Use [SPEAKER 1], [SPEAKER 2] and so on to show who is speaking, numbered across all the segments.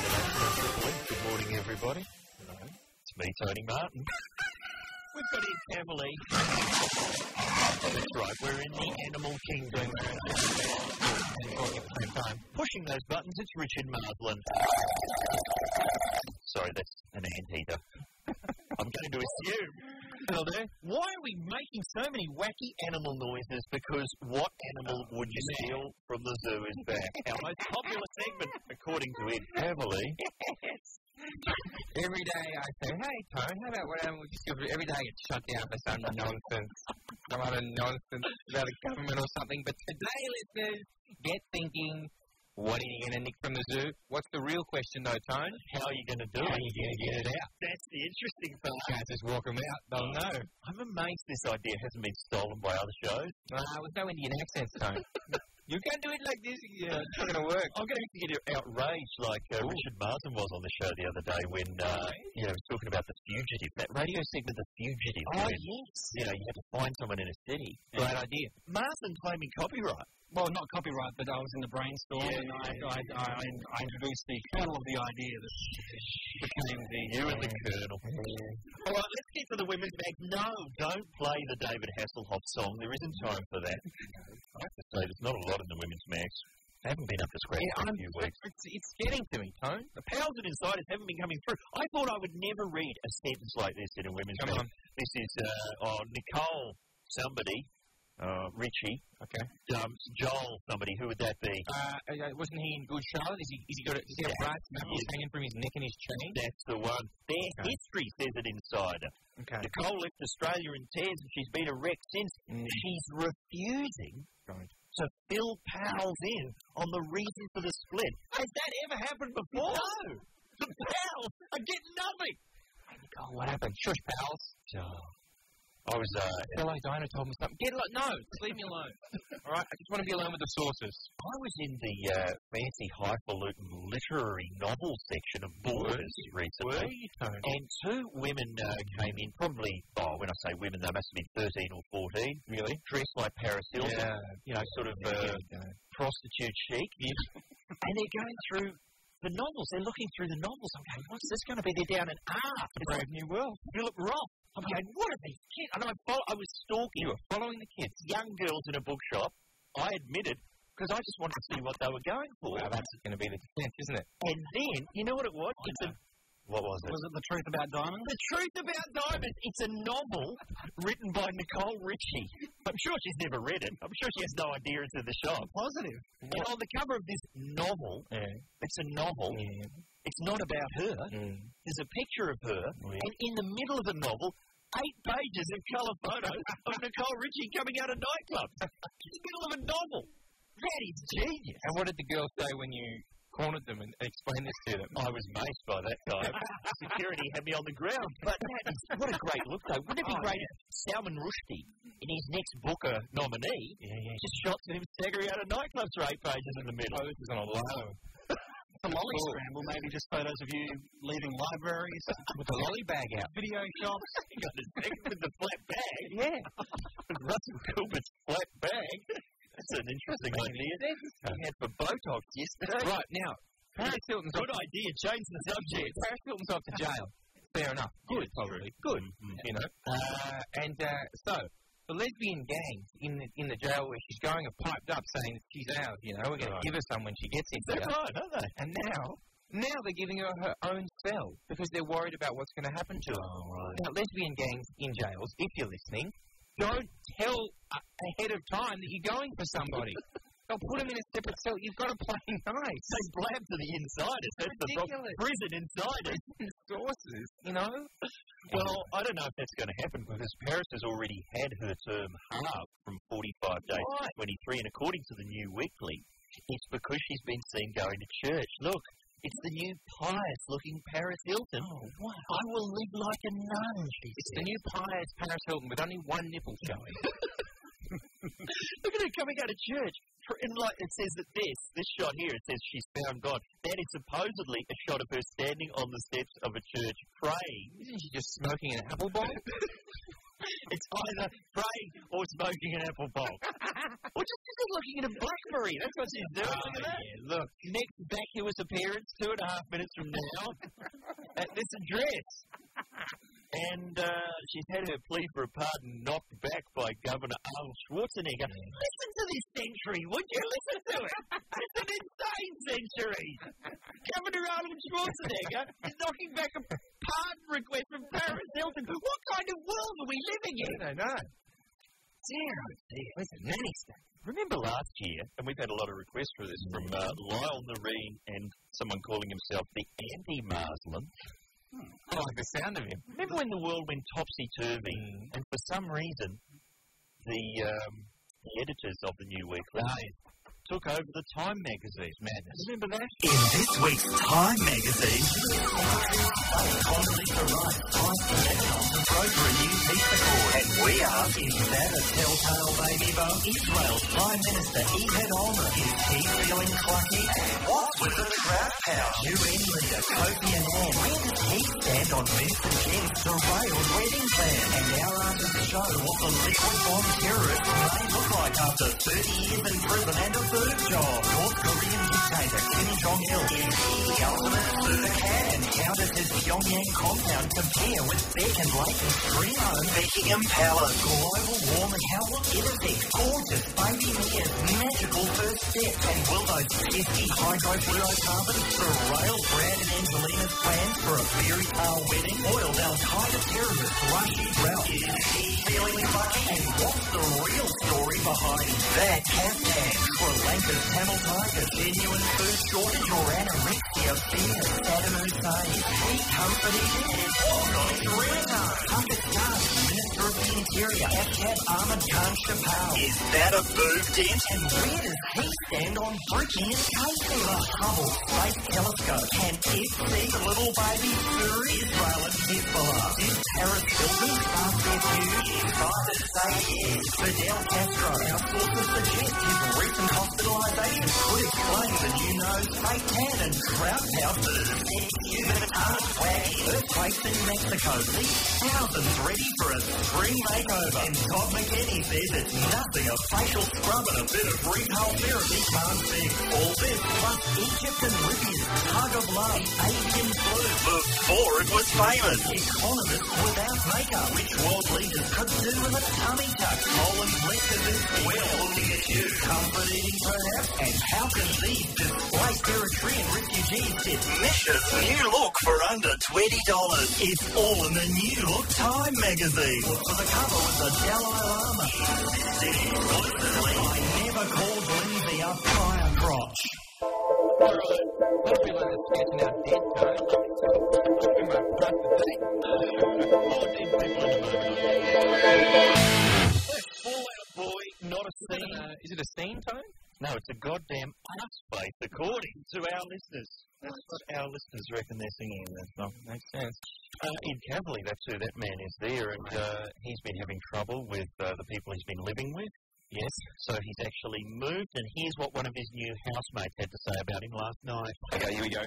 [SPEAKER 1] Good morning, everybody. Hello. It's me, Tony Martin. We've got Ed Camerley. That's right, we're in the animal kingdom. And talking at the same time, pushing those buttons, it's Richard Marsland. Sorry, that's an anteater. I'm going to assume. Hello there. Why are we making so many wacky animal noises? Because what animal would you steal from the zoo is back? Our most popular segment, according to Ed Camerley.
[SPEAKER 2] Every day I say, hey, Tone, how about what happened with your stupid-" Every day I get shut down for some nonsense. Some other nonsense about the government or something. But today, listeners, get thinking, what are you going to nick from the zoo? What's the real question, though, Tone?
[SPEAKER 1] How are you going to do
[SPEAKER 2] How
[SPEAKER 1] it?
[SPEAKER 2] are you going to get it out?
[SPEAKER 1] That's the interesting part.
[SPEAKER 2] Can't just walk them out. They'll know.
[SPEAKER 1] I'm amazed this idea hasn't been stolen by other shows.
[SPEAKER 2] Ah,
[SPEAKER 3] Uh,
[SPEAKER 2] with no Indian accents, Tone. you can't do it like this. Yeah, it's not going to work.
[SPEAKER 1] I'm going to have to get outraged like uh, Richard Marsden was on the show the other day when uh, you know he was talking about the fugitive, that radio segment, the fugitive. when,
[SPEAKER 2] Oh, yes.
[SPEAKER 1] You know, you had to find someone in a city.
[SPEAKER 2] Great idea.
[SPEAKER 1] Marsden claiming copyright.
[SPEAKER 3] well, not copyright, but I was in the brainstorm
[SPEAKER 1] Yeah,
[SPEAKER 3] and I,
[SPEAKER 1] yeah,
[SPEAKER 3] I, I, I introduced the kernel of the idea that became the.
[SPEAKER 1] You and the Colonel. All right, let's get to the women's bag. No, don't play the David Hasselhoff song. There isn't time for that. I have to say, there's not a lot in the women's mags. They haven't been up to scratch
[SPEAKER 2] Yeah,
[SPEAKER 1] for
[SPEAKER 2] I'm,
[SPEAKER 1] a few weeks.
[SPEAKER 2] it's, it's getting to me, Tone.
[SPEAKER 1] The powers of insiders haven't been coming through. I thought I would never read a sentence like this in a women's
[SPEAKER 2] Come
[SPEAKER 1] mag.
[SPEAKER 2] on.
[SPEAKER 1] This is uh, oh, Nicole, somebody, uh, Richie,
[SPEAKER 2] Okay.
[SPEAKER 1] um, Joel, somebody. Who would that be?
[SPEAKER 2] Uh, uh, wasn't he in Good Charlotte? Is he, is he got a, is he got a brass knuckles hanging from his neck and his chain?
[SPEAKER 1] That's the one. Their
[SPEAKER 2] Okay.
[SPEAKER 1] history says it insider.
[SPEAKER 2] Okay.
[SPEAKER 1] Nicole left Australia in tears and she's been a wreck since. She's refusing
[SPEAKER 2] Right.
[SPEAKER 1] to fill Powell's in on the reason for the split. Has that ever happened before? No. The Powells are getting nothing.
[SPEAKER 2] God, Oh, what happened? Shush, pals.
[SPEAKER 1] I was uh,
[SPEAKER 2] Fellow diner told me something. Get alone. No, just leave me alone. All right, I just want to be alone with the sources.
[SPEAKER 1] I was in the uh, fancy highfalutin literary novel section of Borders recently,
[SPEAKER 2] you, Tone?
[SPEAKER 1] and two women uh, came in, probably, oh, when I say women, they must have been 13 or 14, really, dressed like Paris Hilton,
[SPEAKER 2] Yeah.
[SPEAKER 1] you know, sort of uh, prostitute chic, and they're going through the novels, they're looking through the novels, I'm going, what's this going to be? They're down in R, the Brave New World, Philip Roth. I'm going, what are these kids? And I, follow, I was stalking
[SPEAKER 2] You were following the kids.
[SPEAKER 1] young girls in a bookshop, I admitted, because I just wanted to see what they were going for.
[SPEAKER 2] Well, that's going to be the defense, isn't it?
[SPEAKER 1] And then, you know what it was? It's a, what was it?
[SPEAKER 3] Was it the truth about diamonds?
[SPEAKER 1] The Truth About Diamonds. It's a novel written by Nicole Ritchie. I'm sure she's never read it. I'm sure she has no idea it's in the shop.
[SPEAKER 3] Positive.
[SPEAKER 1] And on the cover of this novel,
[SPEAKER 2] Yeah.
[SPEAKER 1] it's a novel. It's not about her.
[SPEAKER 2] mm.
[SPEAKER 1] There's a picture of her,
[SPEAKER 2] Yeah.
[SPEAKER 1] and in the middle of the novel, eight pages of colour photos of Nicole Ritchie coming out of nightclubs. in the middle of a novel. That is genius.
[SPEAKER 2] And what did the girls say when you cornered them and explained this to them?
[SPEAKER 1] I was maced by that guy. Security had me on the ground. But that is, what a great look, though. Wouldn't it be
[SPEAKER 2] Oh,
[SPEAKER 1] great if Salman Rushdie, in his next Booker nominee, just shots of him staggering out of nightclubs for eight pages in the middle?
[SPEAKER 2] Oh, this is on a low.
[SPEAKER 3] The lolly
[SPEAKER 2] Cool.
[SPEAKER 3] scramble, maybe just photos of you leaving libraries,
[SPEAKER 2] With a lolly bag out.
[SPEAKER 3] video shops.
[SPEAKER 1] He got his neck with the flat bag. Yeah. Russell Gilbert's flat bag. That's an interesting idea. He had for Botox yesterday.
[SPEAKER 2] Right, now, Paris Hilton's off,
[SPEAKER 1] Good idea. Change the subject.
[SPEAKER 2] Paris Hilton's off to jail. Fair enough.
[SPEAKER 1] Good,
[SPEAKER 2] probably.
[SPEAKER 1] Good.
[SPEAKER 2] you know. Uh, and uh, so the lesbian gangs in the in the jail where she's going are piped up saying that she's out. You know, we're going
[SPEAKER 1] Right.
[SPEAKER 2] to give her some when she gets in.
[SPEAKER 1] That's right, aren't they?
[SPEAKER 2] And now Now they're giving her her own cell because they're worried about what's going to happen to her.
[SPEAKER 1] Oh,
[SPEAKER 2] Now, lesbian gangs in jails, if you're listening, don't tell a- ahead of time that you're going for somebody. They'll put them in a separate cell. You've got to play nice.
[SPEAKER 1] They blab to the insiders. That's the problem.
[SPEAKER 2] Ridiculous
[SPEAKER 1] Prison insiders.
[SPEAKER 2] sources, you know?
[SPEAKER 1] Well, I don't know if that's going to happen because Paris has already had her term halved from 45 days to 23, and according to the New Weekly, it's because she's been seen going to church. Look, it's the new pious-looking Paris Hilton. I will live like a nun, she
[SPEAKER 2] It's the
[SPEAKER 1] said.
[SPEAKER 2] new pious Paris Hilton with only one nipple showing.
[SPEAKER 1] Look at her coming out of church. Her- And like it says that this, this shot here, it says she's found God. That is supposedly a shot of her standing on the steps of a church praying.
[SPEAKER 2] Isn't she just smoking an apple bomb?
[SPEAKER 1] It's either praying or smoking an apple bowl. or just, just looking at a blackberry. That's what she's doing. Look at that. Oh, Look, next vacuous appearance, two and a half minutes from now, at this address. And uh, she's had her plea for a pardon knocked back by Governor Arnold Schwarzenegger. Listen to this century, would you? Listen to it. It's an insane century. Governor Arnold Schwarzenegger is knocking back a pardon request from Paris Hilton. What kind of world are we living in?
[SPEAKER 2] I know.
[SPEAKER 1] Listen, nanny stuff. Remember last year, and we've had a lot of requests for this from uh, Lyle Noreen and someone calling himself the Anti Marsland. Hmm.
[SPEAKER 2] I like the sound of him.
[SPEAKER 1] Remember when the world went topsy turvy, and for some reason, the, um, the editors of the New Weekly took over the Time magazine. Madness. Ah, Remember that?
[SPEAKER 4] In this week's Time magazine, and we are is that a telltale baby bum? Israel's Prime Minister Ehud Olmert is he feeling clucky? What's with the crowd power? UN leader Kofi Annan, where does he stand on Vincent Kent's surveilled wedding plan? And our answers show what the liquid bomb terrorists may look like after 30 years in prison and a third job. North Korean dictator Kim Jong Il is he the ultimate loser cat? And how does his Pyongyang compound compare with Beck and Leighton Primo? Beckingham Palace, global warming, how will it affect gorgeous baby Mia's magical first steps? And will those pesky hydrofluorocarbons derail Brad and Angelina's plans for a fairy tale wedding? Oiled Al-Qaeda terrorist Rashid Ralph, is he feeling lucky? And what's the real story behind that hashtag? Sri Lanka's Tamil Tiger, genuine food shortage or anorexia fear? Saddam Hussein, he comfort eating? And what on his radar? Pakistan, Minister of the Interior, Afghan Ahmad Khan Chappal. Is that a boob dent? And where does he stand on Britain and Casey? The Hubble Space Telescope. Can it see the little baby through Israel and Hezbollah? Did Paris Hilton pass their views? Scientists say yes. Fidel Castro, our sources suggest his recent hospitalisation could explain the new nose, fake tan, and crowd power for the human arm wagging earthquakes in Mexico. These thousands ready for a spring makeover. And Todd McKinney says it's nothing a facial scrub and a bit of retail therapy can't fix. All this plus Egypt and Libya's tug of love, avian flu before it was famous. Economists without makeup, which world leaders could do with a tummy tuck. Poland's lectures in we're looking at you. Comfort eating perhaps, and how can these displaced Eritrean refugees get Misha's new look for under twenty dollars? It's all in the new look Time magazine. Look for the cover with the Dalai Lama. I never called Lindsay a prior crotch.
[SPEAKER 2] Little bit like the sketch in our dead zone. We might bust the date.
[SPEAKER 1] Fallout Boy, not a scene.
[SPEAKER 2] Uh, is it a scene tone?
[SPEAKER 1] No, it's a goddamn arse face, according to our listeners. That's what our listeners reckon they're singing in that song.
[SPEAKER 2] Makes sense.
[SPEAKER 1] Uh, Ed Cavalier, that's who that man is there, and uh, he's been having trouble with uh, the people he's been living with. Yes. So he's actually moved, and here's what one of his new housemates had to say about him last night.
[SPEAKER 5] Okay, here we go.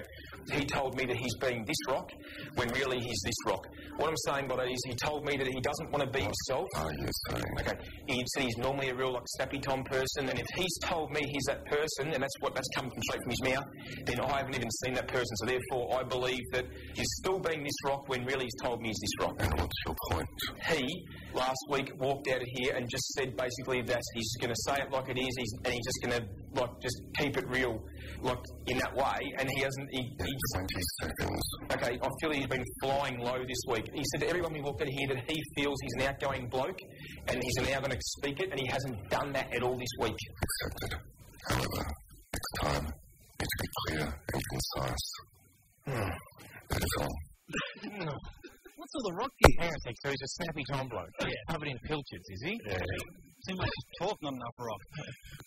[SPEAKER 5] He told me that he's being this rock when really he's this rock. What I'm saying by that is he told me that he doesn't want to be himself. Oh, yes, Okay, he said he's normally a real like sappy Tom person, and if he's told me he's that person, and that's what that's come from straight from his mouth, then I haven't even seen that person. So therefore, I believe that he's still being this rock when really he's told me he's this rock. And what's your point? He last week walked out of here and just said basically that He's going to say it like it is, he's, and he's just going to like just keep it real, like in that way. And he hasn't. He, he, okay, I feel he's been flying low this week. He said to everyone we walked in here that he feels he's an outgoing bloke, and he's now going to speak it, and he hasn't done that at all this week.
[SPEAKER 6] However, next time, need to be clear and concise. That is all.
[SPEAKER 2] What's all the rock kid heretic? So he's a snappy Tom bloke. Covered in pilchards, is he?
[SPEAKER 3] Too much talk, not enough rock.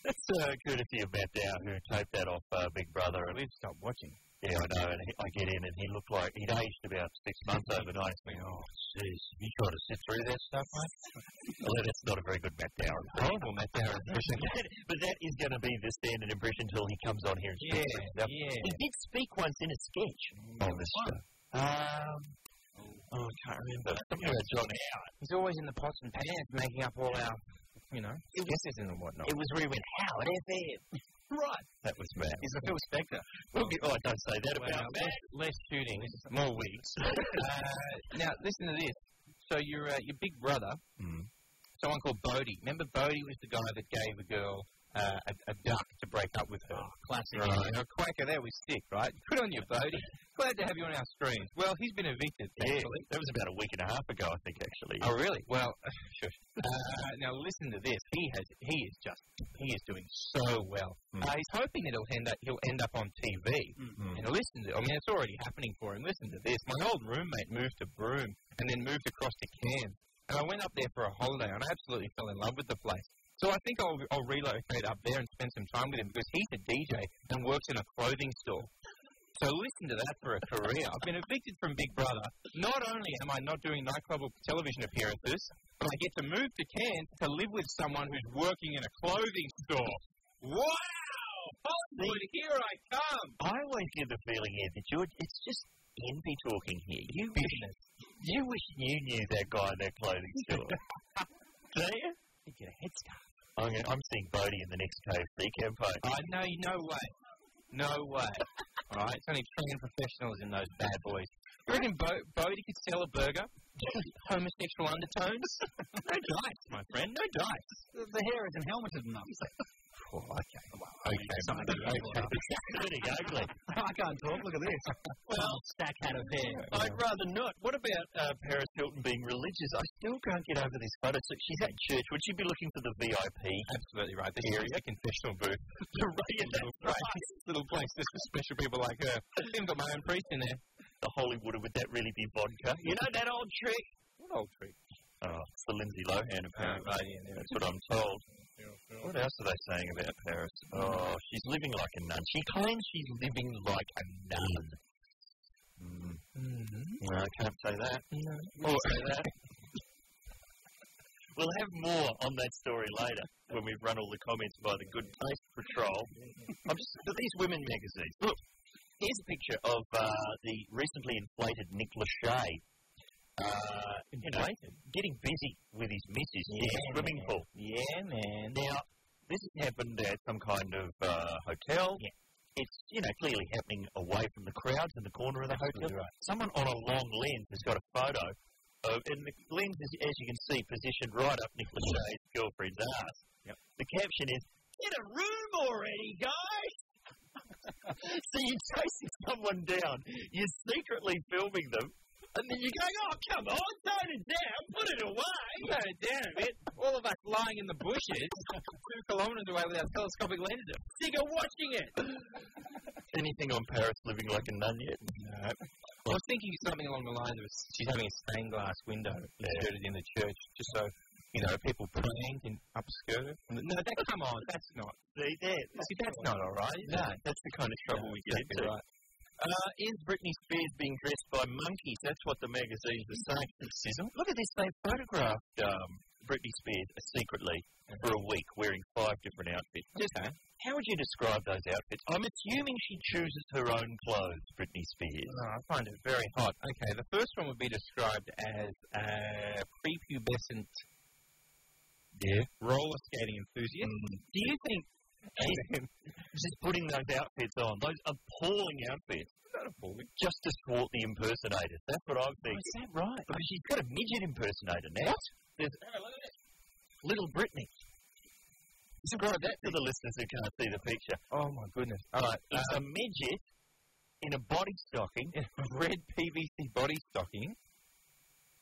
[SPEAKER 1] That's uh, courtesy of Matt Dow, who taped that off uh, Big Brother. And we've stopped watching. Yeah, I know. And he, I get in, and he looked like he'd aged about six months overnight. It's been, oh, jeez, you trying to sit through that stuff, mate? Although that's not a very good Matt Dow
[SPEAKER 2] Horrible Matt Dow impression.
[SPEAKER 1] but that is going to be the standard impression until he comes on here and speaks for himself.
[SPEAKER 2] yeah. Oh,
[SPEAKER 1] He did speak once in a sketch on this show. Um, oh, I can't remember. Something about John Howard.
[SPEAKER 2] He's always in the pots and pans making up all our, you know, guesses and whatnot.
[SPEAKER 1] It was where he went, Howard FM. right. That was Matt.
[SPEAKER 2] He's a Phil Spector.
[SPEAKER 1] We'll get, oh, don't say that about
[SPEAKER 2] Well,
[SPEAKER 1] Matt.
[SPEAKER 2] less, less shooting, more wigs. uh, now, listen to this. So your uh, your big brother,
[SPEAKER 3] Mm-hmm.
[SPEAKER 1] Mm.
[SPEAKER 2] someone called Bodie. Remember, Bodie was the guy that gave a girl uh, a, a duck to break up with her. classic. Right. You know, Quaker, there we stick, right? Good on you, Bodie. Glad to have you on our screens. Well, he's been evicted,
[SPEAKER 1] Yeah,
[SPEAKER 2] thankfully.
[SPEAKER 1] that was about a week and a half ago, I think, actually.
[SPEAKER 2] Oh, really? Well, shush. Uh, now listen to this. He has. He is just. He is doing so well.
[SPEAKER 1] Mm.
[SPEAKER 2] Uh, he's hoping that he'll end up. He'll end up on TV.
[SPEAKER 3] Mm-hmm.
[SPEAKER 1] Mm.
[SPEAKER 2] And listen to. I mean, it's already happening for him. Listen to this. My old roommate moved to Broome and then moved across to Cairns. And I went up there for a holiday, and I absolutely fell in love with the place. So I think I'll, I'll relocate up there and spend some time with him because he's a DJ and works in a clothing store. So listen to that for a career. I've been evicted from Big Brother. Not only am I not doing nightclub or television appearances, but I get to move to Cairns to live with someone who's working in a clothing store. Wow! Hollywood, here I come!
[SPEAKER 1] I always get the feeling here that you're, it's just envy talking here. You wish, you wish you knew that guy in that clothing store. Do you? You get a head start. I'm, gonna, I'm seeing Bodie in the next KFC campaign.
[SPEAKER 3] Ah.
[SPEAKER 2] I know, no way. No way. All right, it's only trained professionals in those bad boys. You reckon Bo- Bodie could sell a burger? Homosexual undertones? no dice, my friend, no dice.
[SPEAKER 3] The, the hair isn't helmeted enough.
[SPEAKER 2] Oh, okay. okay,
[SPEAKER 3] Something
[SPEAKER 2] mate,
[SPEAKER 3] like that.
[SPEAKER 1] It's pretty ugly.
[SPEAKER 3] I can't talk. Look at this. Well, stack hat of hair.
[SPEAKER 1] I'd rather not. What about uh, Paris Hilton being religious? I still can't get over this photo. So she's at church. Would she be looking for the VIP?
[SPEAKER 2] Absolutely right. This is a confessional booth. the right, little place. little place just for special people like uh, her. I've even got my own priest in there.
[SPEAKER 1] The holy water, would that really be vodka? You know that old trick?
[SPEAKER 2] What old trick?
[SPEAKER 1] Oh, it's the Lindsay Lohan, apparently. That's what I'm told. What else are they saying about Paris? Oh, she's living like a nun. She claims she's living like a nun. Mm. No, I can't say that. No, can't say that. We'll have more on that story later when we've run all the comments by the Good Taste Patrol. I'm just but these women magazines. Look, here's a picture of uh, the recently inflated Nick Lachey. Uh, you know, getting busy with his missus in a swimming pool.
[SPEAKER 2] Yeah, man.
[SPEAKER 1] Now, this has happened at some kind of uh, hotel. Yeah. It's, you know, clearly happening away from the crowds in the corner of the hotel. Someone on a long lens has got a photo of, and the lens is, as you can see, positioned right up Nick Lachey's girlfriend's ass. Yep. The caption is, Get a room already, guys! so you're chasing someone down, you're secretly filming them, and then you're going, oh, come on, tone it down, put it away!
[SPEAKER 2] No, damn it. All of us lying in the bushes, two kilometres away with our telescopic lenses. Sick of watching it.
[SPEAKER 1] Anything on Paris living like a nun yet?
[SPEAKER 2] No. I was thinking something along the lines of she's having a stained glass window inserted in the church just so, you know, people praying can upskirt it. No, that, come on, that's not.
[SPEAKER 1] See that?
[SPEAKER 2] See, that's not all right. is
[SPEAKER 1] No,
[SPEAKER 2] it?
[SPEAKER 1] that's the kind of trouble we get
[SPEAKER 2] Exactly
[SPEAKER 1] into.
[SPEAKER 2] right.
[SPEAKER 1] Uh, is Britney Spears being dressed by monkeys? That's what the magazines are saying. Criticism. Look at this. They photographed um, Britney Spears secretly for a week wearing five different outfits.
[SPEAKER 2] Okay.
[SPEAKER 1] How would you describe those outfits? I'm assuming she chooses her own clothes, Britney Spears.
[SPEAKER 2] No, I find it very hot. Okay, the first one would be described as a prepubescent yeah. roller skating enthusiast. Do you think
[SPEAKER 1] Just putting those outfits on, those appalling outfits,
[SPEAKER 2] that appalling?
[SPEAKER 1] just to thwart the impersonators. That's what I'm thinking.
[SPEAKER 2] Is that right?
[SPEAKER 1] Because she's got a midget impersonator now. There's little Britney. Describe that to the listeners who can't see the picture.
[SPEAKER 2] Oh my goodness.
[SPEAKER 1] All right, um, it's a midget in a body stocking.
[SPEAKER 2] red PVC body stocking,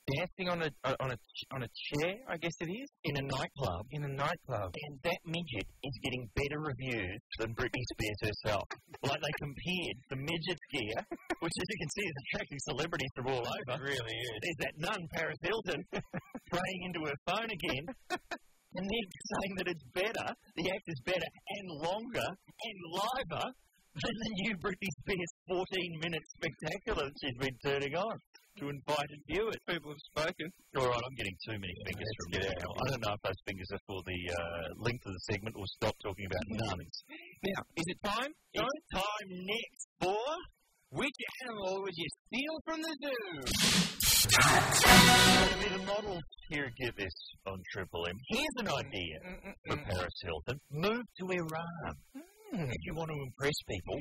[SPEAKER 2] dancing on a on a on a chair. I guess it is
[SPEAKER 1] in a nightclub,
[SPEAKER 2] in a nightclub.
[SPEAKER 1] and that midget is getting better reviews than Britney Spears herself. like they compared the midget's gear, which as you can see is attracting celebrities from all over.
[SPEAKER 2] really is.
[SPEAKER 1] There's that nun Paris Hilton praying into her phone again. And they're saying that it's better, the act is better and longer and liver than the new Britney Spears 14 minute spectacular that she's been turning on to invited viewers.
[SPEAKER 2] People have spoken.
[SPEAKER 1] All right, I'm getting too many fingers from you now. I don't know if those fingers are for the uh, length of the segment or stop talking about nuns.
[SPEAKER 2] Now, is it time?
[SPEAKER 1] It's time next for.
[SPEAKER 2] Which animal would you steal from the zoo?
[SPEAKER 1] Going to be the model here give this on Triple M. Here's an idea for
[SPEAKER 2] Mm.
[SPEAKER 1] Paris Hilton. Move to Iran. If you want to impress people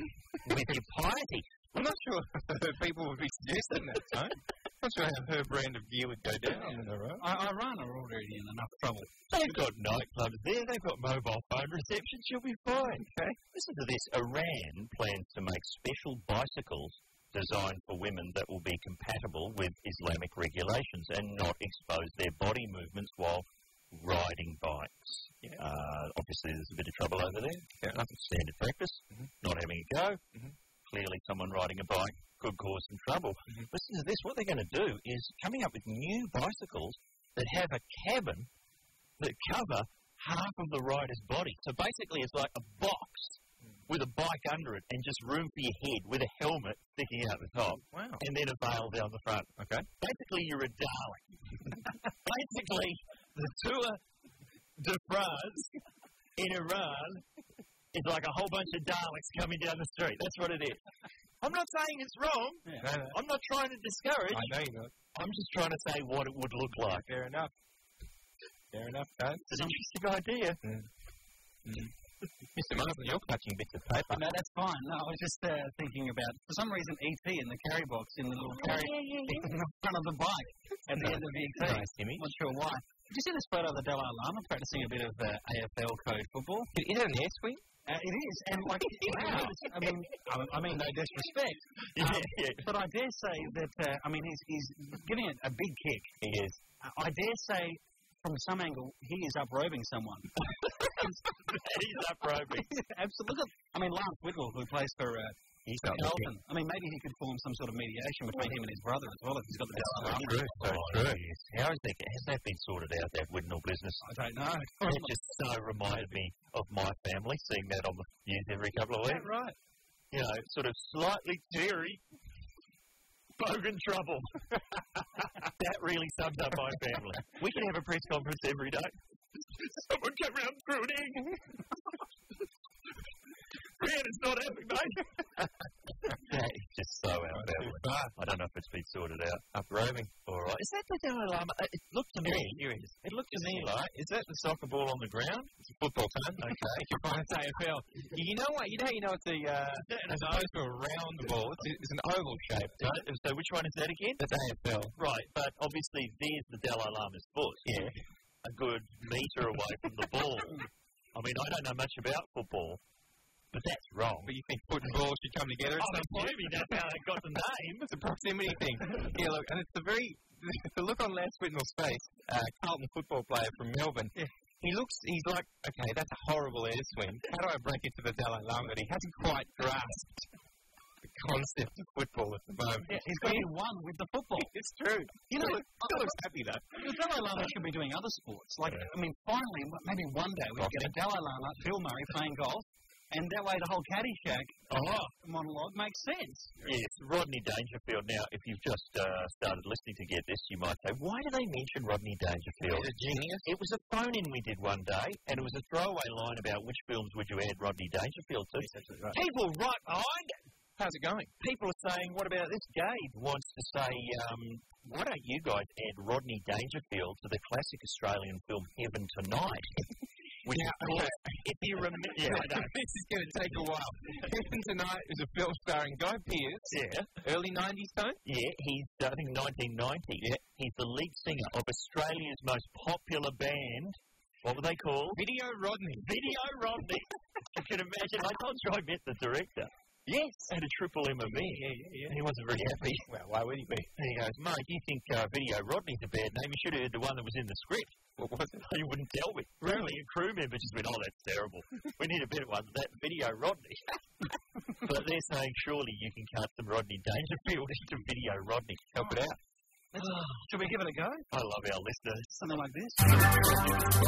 [SPEAKER 1] with your piety.
[SPEAKER 2] I'm not sure if people would be suggesting that, though. I'm not sure how her brand of gear would go down in the row.
[SPEAKER 3] I, Iran are already in enough trouble.
[SPEAKER 1] They've got nightclubs there, they've got mobile phone reception, she'll be fine. Okay. Listen to this. Iran plans to make special bicycles designed for women that will be compatible with Islamic regulations and not expose their body movements while riding bikes. Uh, obviously, there's a bit of trouble over there. Nothing standard practice. Not having a go. Clearly, someone riding a bike could cause some trouble. Listen to this. What they're going to do is coming up with new bicycles that have a cabin that cover half of the rider's body. So basically, it's like a box with a bike under it and just room for your head with a helmet sticking out the top.
[SPEAKER 2] Wow.
[SPEAKER 1] And then a veil down the front.
[SPEAKER 2] Hmm. Okay.
[SPEAKER 1] Basically, you're a Dalek. basically, the Tour de France in Iran is like a whole bunch of Daleks coming down the street. That's what it is. I'm not saying it's wrong.
[SPEAKER 2] No, no,
[SPEAKER 1] I'm not trying to discourage.
[SPEAKER 2] I know you're not.
[SPEAKER 1] I'm just trying to say what it would look like.
[SPEAKER 2] Fair enough. Fair enough, guys.
[SPEAKER 1] It's an interesting idea.
[SPEAKER 2] Mr. Marsden, you're clutching bits of paper.
[SPEAKER 3] No, that's fine. No, I was just uh, thinking about, for some reason, ET in the carry box in the little carry in the front of the bike at the end of ET.
[SPEAKER 2] Nice, Timmy.
[SPEAKER 3] Not sure why. Did you see this photo of the Dalai Lama practicing a bit of uh, AFL code football?
[SPEAKER 2] Is it an air swing?
[SPEAKER 3] Uh, it is, and like, wow. I mean, I I mean, no disrespect,
[SPEAKER 1] Yeah, yeah.
[SPEAKER 3] but I dare say that uh, I mean he's he's giving it a big kick.
[SPEAKER 2] He is.
[SPEAKER 3] I- I dare say, from some angle, he is uprobing someone.
[SPEAKER 1] He's uprobing.
[SPEAKER 3] Absolutely. I mean, Lance Whittle, who plays for uh,
[SPEAKER 2] He's not looking.
[SPEAKER 3] Elton. I mean, maybe he could form some sort of mediation between him and his brother as well if he's got the Dalai
[SPEAKER 2] So
[SPEAKER 3] Lama.
[SPEAKER 2] true, so true.
[SPEAKER 1] How is that, has that been sorted out, that Widnall business?
[SPEAKER 3] I don't know.
[SPEAKER 1] It just so reminded me of my family, seeing that on the news every couple of weeks.
[SPEAKER 3] right.
[SPEAKER 1] You know, sort of slightly teary, bogan trouble. that really sums up my family. We can have a press conference every day. Someone come round and threw an egg. Man, it's not happening, mate. that is just so out of family. I don't know if it's been sorted out. Up roaming. All right. Is that the Dalai Lama? Uh, It looked to me. It looked to me like is that the soccer ball on the ground? It's a football time. Okay.
[SPEAKER 2] You're right, it's AFL. You know what? You know, you know, it's a, uh, as opposed to a round ball, it's, it's an oval shape.
[SPEAKER 1] Right, So which one is that again?
[SPEAKER 2] That's AFL.
[SPEAKER 1] Right. But obviously there's the Dalai Lama's foot. Yeah. A good meter away from the ball. I mean, I don't know much about football, but that's wrong.
[SPEAKER 2] But you think foot and ball should come together at
[SPEAKER 1] I'm
[SPEAKER 2] some point?
[SPEAKER 1] assuming that's how they got the name.
[SPEAKER 2] It's a proximity thing. yeah, look, and it's the very the look on Lance Whitnell's face. Uh, Carlton football player from Melbourne. He looks. He's like, okay, that's a horrible air swing. How do I break it to the Dalai Lama? But he hasn't quite grasped the concept of football at the moment.
[SPEAKER 3] Yeah, he's got to be one with the football.
[SPEAKER 2] It's true.
[SPEAKER 3] You know,
[SPEAKER 2] Still looks happy though.
[SPEAKER 3] the Dalai Lama should be doing other sports. Like, I mean, finally, m- maybe one day we could get a Dalai Lama, Bill Murray playing golf, and that way the whole Caddyshack
[SPEAKER 1] Oh.
[SPEAKER 3] monologue makes sense.
[SPEAKER 1] Yes, Rodney Dangerfield. Now, if you've just uh, started listening to Get This, you might say, why do they mention Rodney Dangerfield?
[SPEAKER 2] He's a genius.
[SPEAKER 1] It was a phone in we did one day, and it was a throwaway line about which films would you add Rodney Dangerfield to. People right behind it.
[SPEAKER 2] How's it going?
[SPEAKER 1] People are saying, what about this? Gabe wants to say, um, why don't you guys add Rodney Dangerfield to the classic Australian film Heaven Tonight? Which, of course, if you remember, yeah, I know.
[SPEAKER 2] this is going to take a while. Heaven Tonight is a film starring Guy Pearce,
[SPEAKER 1] yeah.
[SPEAKER 2] early 90s though.
[SPEAKER 1] Yeah, he's I think 1990. Yeah, he's the lead singer of Australia's most popular band, What were they called?
[SPEAKER 2] Video Rodney.
[SPEAKER 1] Video Romney. I can imagine. I told you I met the director. Yes. At a Triple M event. And he wasn't very happy. Well, why would he be? And he goes, Mike, you think uh, Video Rodney's a bad name? You should have heard the one that was in the script. What was it? You wouldn't tell me. Really? A crew member just went, oh, that's terrible. we need a better one than that Video Rodney. but they're saying, surely you can cast some Rodney Dangerfield into Video Rodney. Help it out.
[SPEAKER 7] Should we give it a go?
[SPEAKER 1] I love our listeners.
[SPEAKER 7] Something like this.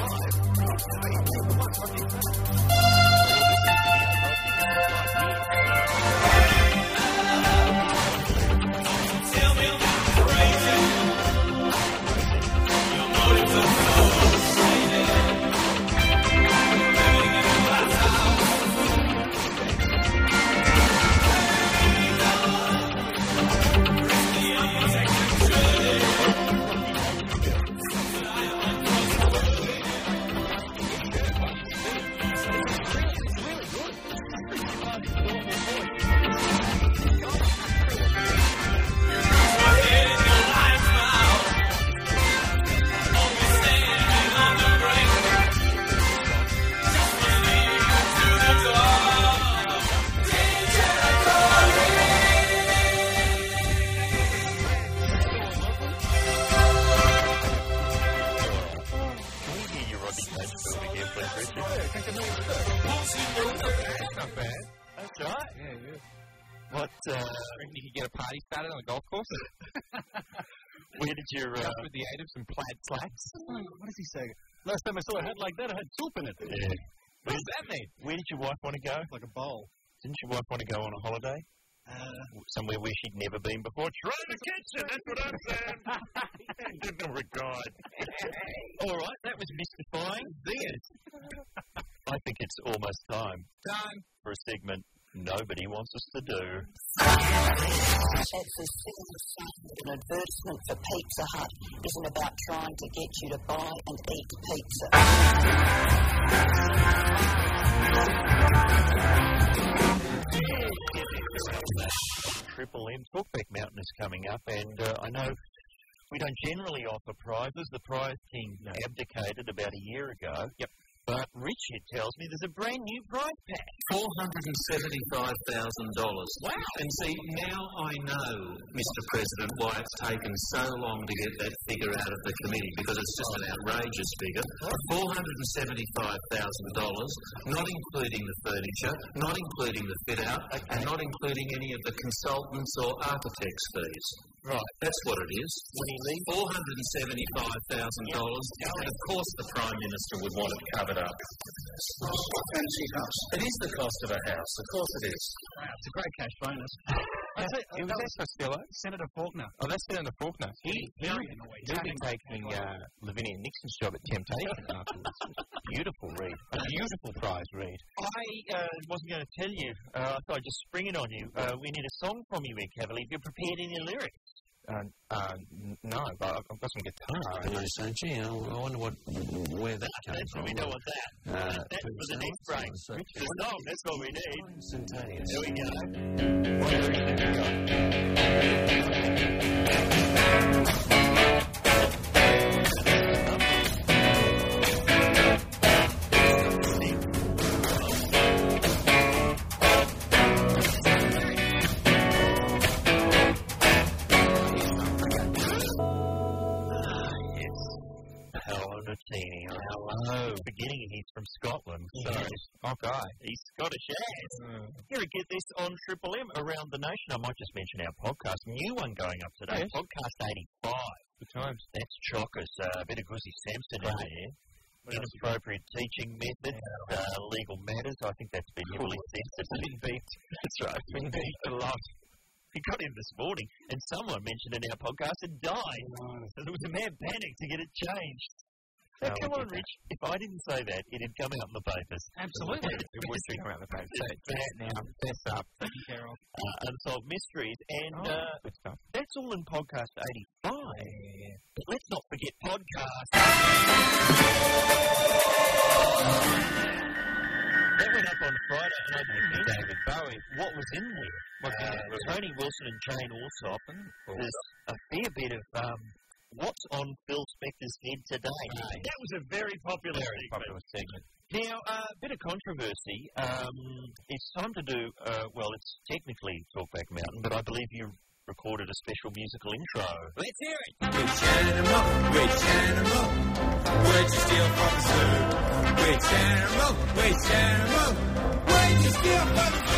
[SPEAKER 1] Can we hear your Rodney Dangerfield again, please, Richard? That's right.
[SPEAKER 2] Yeah, yeah.
[SPEAKER 1] What, uh,
[SPEAKER 2] Reckon you could get a party started on the golf course?
[SPEAKER 1] where did your, uh,
[SPEAKER 2] Just with the aid of some plaid slacks?
[SPEAKER 7] Oh, What does he say? Last time I saw a hat like that, it had soup in it.
[SPEAKER 1] yeah.
[SPEAKER 2] What does that mean?
[SPEAKER 1] where did your wife want to go?
[SPEAKER 7] Like a bowl.
[SPEAKER 1] Didn't your wife want to go on a holiday? Uh, Somewhere where she'd never been before. Try the kitchen, that's what I'm saying. Give them regard. All right, that was mystifying. I think it's almost time
[SPEAKER 2] Time.
[SPEAKER 1] for a segment nobody wants us to do.
[SPEAKER 8] at for civil society, an advertisement for Pizza Hut isn't about trying to get you to buy and eat pizza.
[SPEAKER 1] Triple M Talkback Mountain is coming up, and uh, I know we don't generally offer prizes. The prize king abdicated about a year ago. Yep. But Richard tells me there's a brand new prize pack.
[SPEAKER 4] Four hundred and seventy-five thousand dollars. Wow! And see, now I know, Mr. President, why it's taken so long to get that figure out of the committee because it's just an outrageous figure. Four hundred and seventy-five thousand dollars, not including the furniture, not including the fit out, and not including any of the consultants or architects' fees. Right. That's what it is. Four hundred and seventy-five thousand dollars. And of course, the Prime Minister would want it covered up. It is the cost of a house, of course it is.
[SPEAKER 7] It's a great cash bonus. That's it.
[SPEAKER 2] It was
[SPEAKER 7] uh, That was
[SPEAKER 2] that Costello.
[SPEAKER 7] Senator Faulkner.
[SPEAKER 2] Oh, that's Senator Faulkner. He, he,
[SPEAKER 7] Very annoying.
[SPEAKER 2] he'll be taking uh, Lavinia Nixon's job at Temptation afterwards. Beautiful read. A beautiful prize read.
[SPEAKER 1] I uh, wasn't going to tell you. Uh, I thought I'd just spring it on you. Uh, we need a song from you, Ed Cavalier. If you're prepared in your lyrics.
[SPEAKER 2] Uh, uh, n- no, I've got, I've got some guitar.
[SPEAKER 4] And I say, gee, I I wonder what, where that came
[SPEAKER 1] That's
[SPEAKER 4] from.
[SPEAKER 1] what we know what that.
[SPEAKER 4] Uh,
[SPEAKER 1] That's
[SPEAKER 4] but
[SPEAKER 1] for the
[SPEAKER 4] it's
[SPEAKER 1] next
[SPEAKER 4] not-
[SPEAKER 1] break.
[SPEAKER 4] it's
[SPEAKER 1] It's a song. That's what we need.
[SPEAKER 4] Instantaneous.
[SPEAKER 1] There we go. Paolo Nutini. Hello. Forgetting he's from Scotland, so
[SPEAKER 2] Okay.
[SPEAKER 1] he's Scottish ass. Here we get this on Triple M around the nation. I might just mention our podcast, new one going up today,
[SPEAKER 2] Yes.
[SPEAKER 1] podcast eighty five. Good times. That's chockers. Uh, a bit of Guzzy Sampson in there. Inappropriate teaching methods, uh, legal matters. I think that's been heavily censored. Been beat. That's right. Been beat a lot. We got in this morning, and someone mentioned in our podcast had died. So there was a mad panic to get it changed. Now,
[SPEAKER 2] Oh,
[SPEAKER 1] come
[SPEAKER 2] we
[SPEAKER 1] on,
[SPEAKER 2] did
[SPEAKER 1] Rich. If I didn't say that, it'd come out in the papers.
[SPEAKER 7] Absolutely.
[SPEAKER 2] It would be around the page. So, that now, that's up.
[SPEAKER 1] Uh, Unsolved Mysteries. And
[SPEAKER 2] Oh,
[SPEAKER 1] uh,
[SPEAKER 2] good stuff.
[SPEAKER 1] that's all in podcast 85. But let's not forget podcast. That went up on Friday, and I didn't hear David Bowie. What was in there?
[SPEAKER 2] What's in
[SPEAKER 1] Uh,
[SPEAKER 2] there?
[SPEAKER 1] Tony Wilson and Jane Alsop. There's a fair bit of um, What's on Phil Spector's head today? That was a very popular
[SPEAKER 2] Very
[SPEAKER 1] segment.
[SPEAKER 2] popular segment.
[SPEAKER 1] Now, a uh, bit of controversy. Um, it's time to do, uh, well, it's technically Talkback Mountain, but I believe you recorded a special musical intro.
[SPEAKER 2] Let's hear it.
[SPEAKER 5] We tearing them up, we tearing them up. Where'd you steal from the zoo? We tearing them up, we tearing them up. Where'd you steal from the zoo?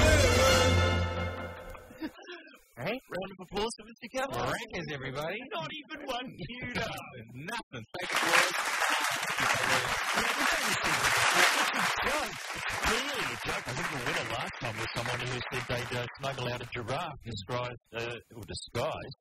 [SPEAKER 1] Hey? Round of applause for Mr. Cavill.
[SPEAKER 2] Rankers, everybody.
[SPEAKER 1] Not even one queued up.
[SPEAKER 2] Nothing.
[SPEAKER 1] Clearly, a joke. I think the winner last time was someone who said they'd uh, snuggle out a giraffe disguised, uh, or disguised.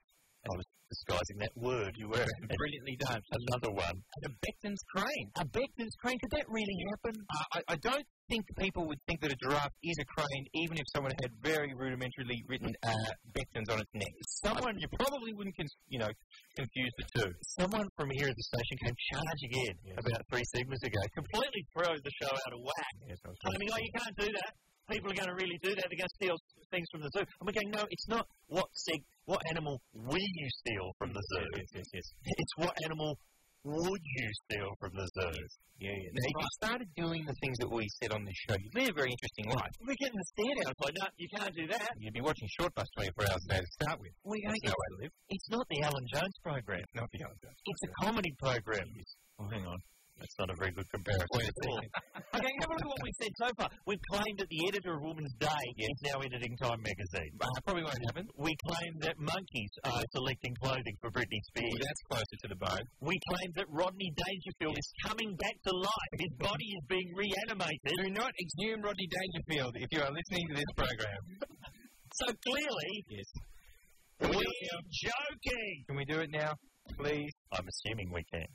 [SPEAKER 1] I was disguising that word. You were.
[SPEAKER 2] Brilliantly done.
[SPEAKER 1] Another one.
[SPEAKER 2] The Beckton's crane. A Beckton's crane. Did that really happen? I, I don't think people would think that a giraffe is a crane, even if someone had very rudimentarily written uh, Beckton's on its neck. Someone, you probably wouldn't, con- you know, confuse the two.
[SPEAKER 1] Someone from here at the station came charging in about three segments ago. Completely throws the show out of whack. I mean, oh, you can't do that. People are going to really do that. They're going to steal things from the zoo. And we're going, no, it's not what seg- what animal will you steal from the zoo.
[SPEAKER 2] yes, yes.
[SPEAKER 1] It's what animal would you steal from the zoo.
[SPEAKER 2] Yeah, yeah. Now, if you started doing the things that we said on this show, you'd live a very interesting life.
[SPEAKER 1] We're getting the stare down. It's like, no, you can't do that.
[SPEAKER 2] You'd be watching Short Bus 24 hours a day to start with.
[SPEAKER 1] We're going,
[SPEAKER 2] That's no
[SPEAKER 1] it's,
[SPEAKER 2] way to live.
[SPEAKER 1] it's not the Alan Jones program.
[SPEAKER 2] Not the other.
[SPEAKER 1] It's a comedy program. Oh, hang on. That's not a very good comparison
[SPEAKER 2] Wait a
[SPEAKER 1] at all. okay, have a look at what we've said so far. We've claimed that the editor of Woman's Day is now editing Time magazine.
[SPEAKER 2] Uh, probably won't happen.
[SPEAKER 1] We claim that monkeys are selecting clothing for Britney
[SPEAKER 2] Well,
[SPEAKER 1] Spears.
[SPEAKER 2] that's closer to the bone.
[SPEAKER 1] We claim that Rodney Dangerfield is coming back to life. His body is being reanimated.
[SPEAKER 2] Do not exhume Rodney Dangerfield if you are listening to this program.
[SPEAKER 1] So clearly,
[SPEAKER 2] Yes.
[SPEAKER 1] we're joking.
[SPEAKER 2] Can we do it now, please?
[SPEAKER 1] I'm assuming we can.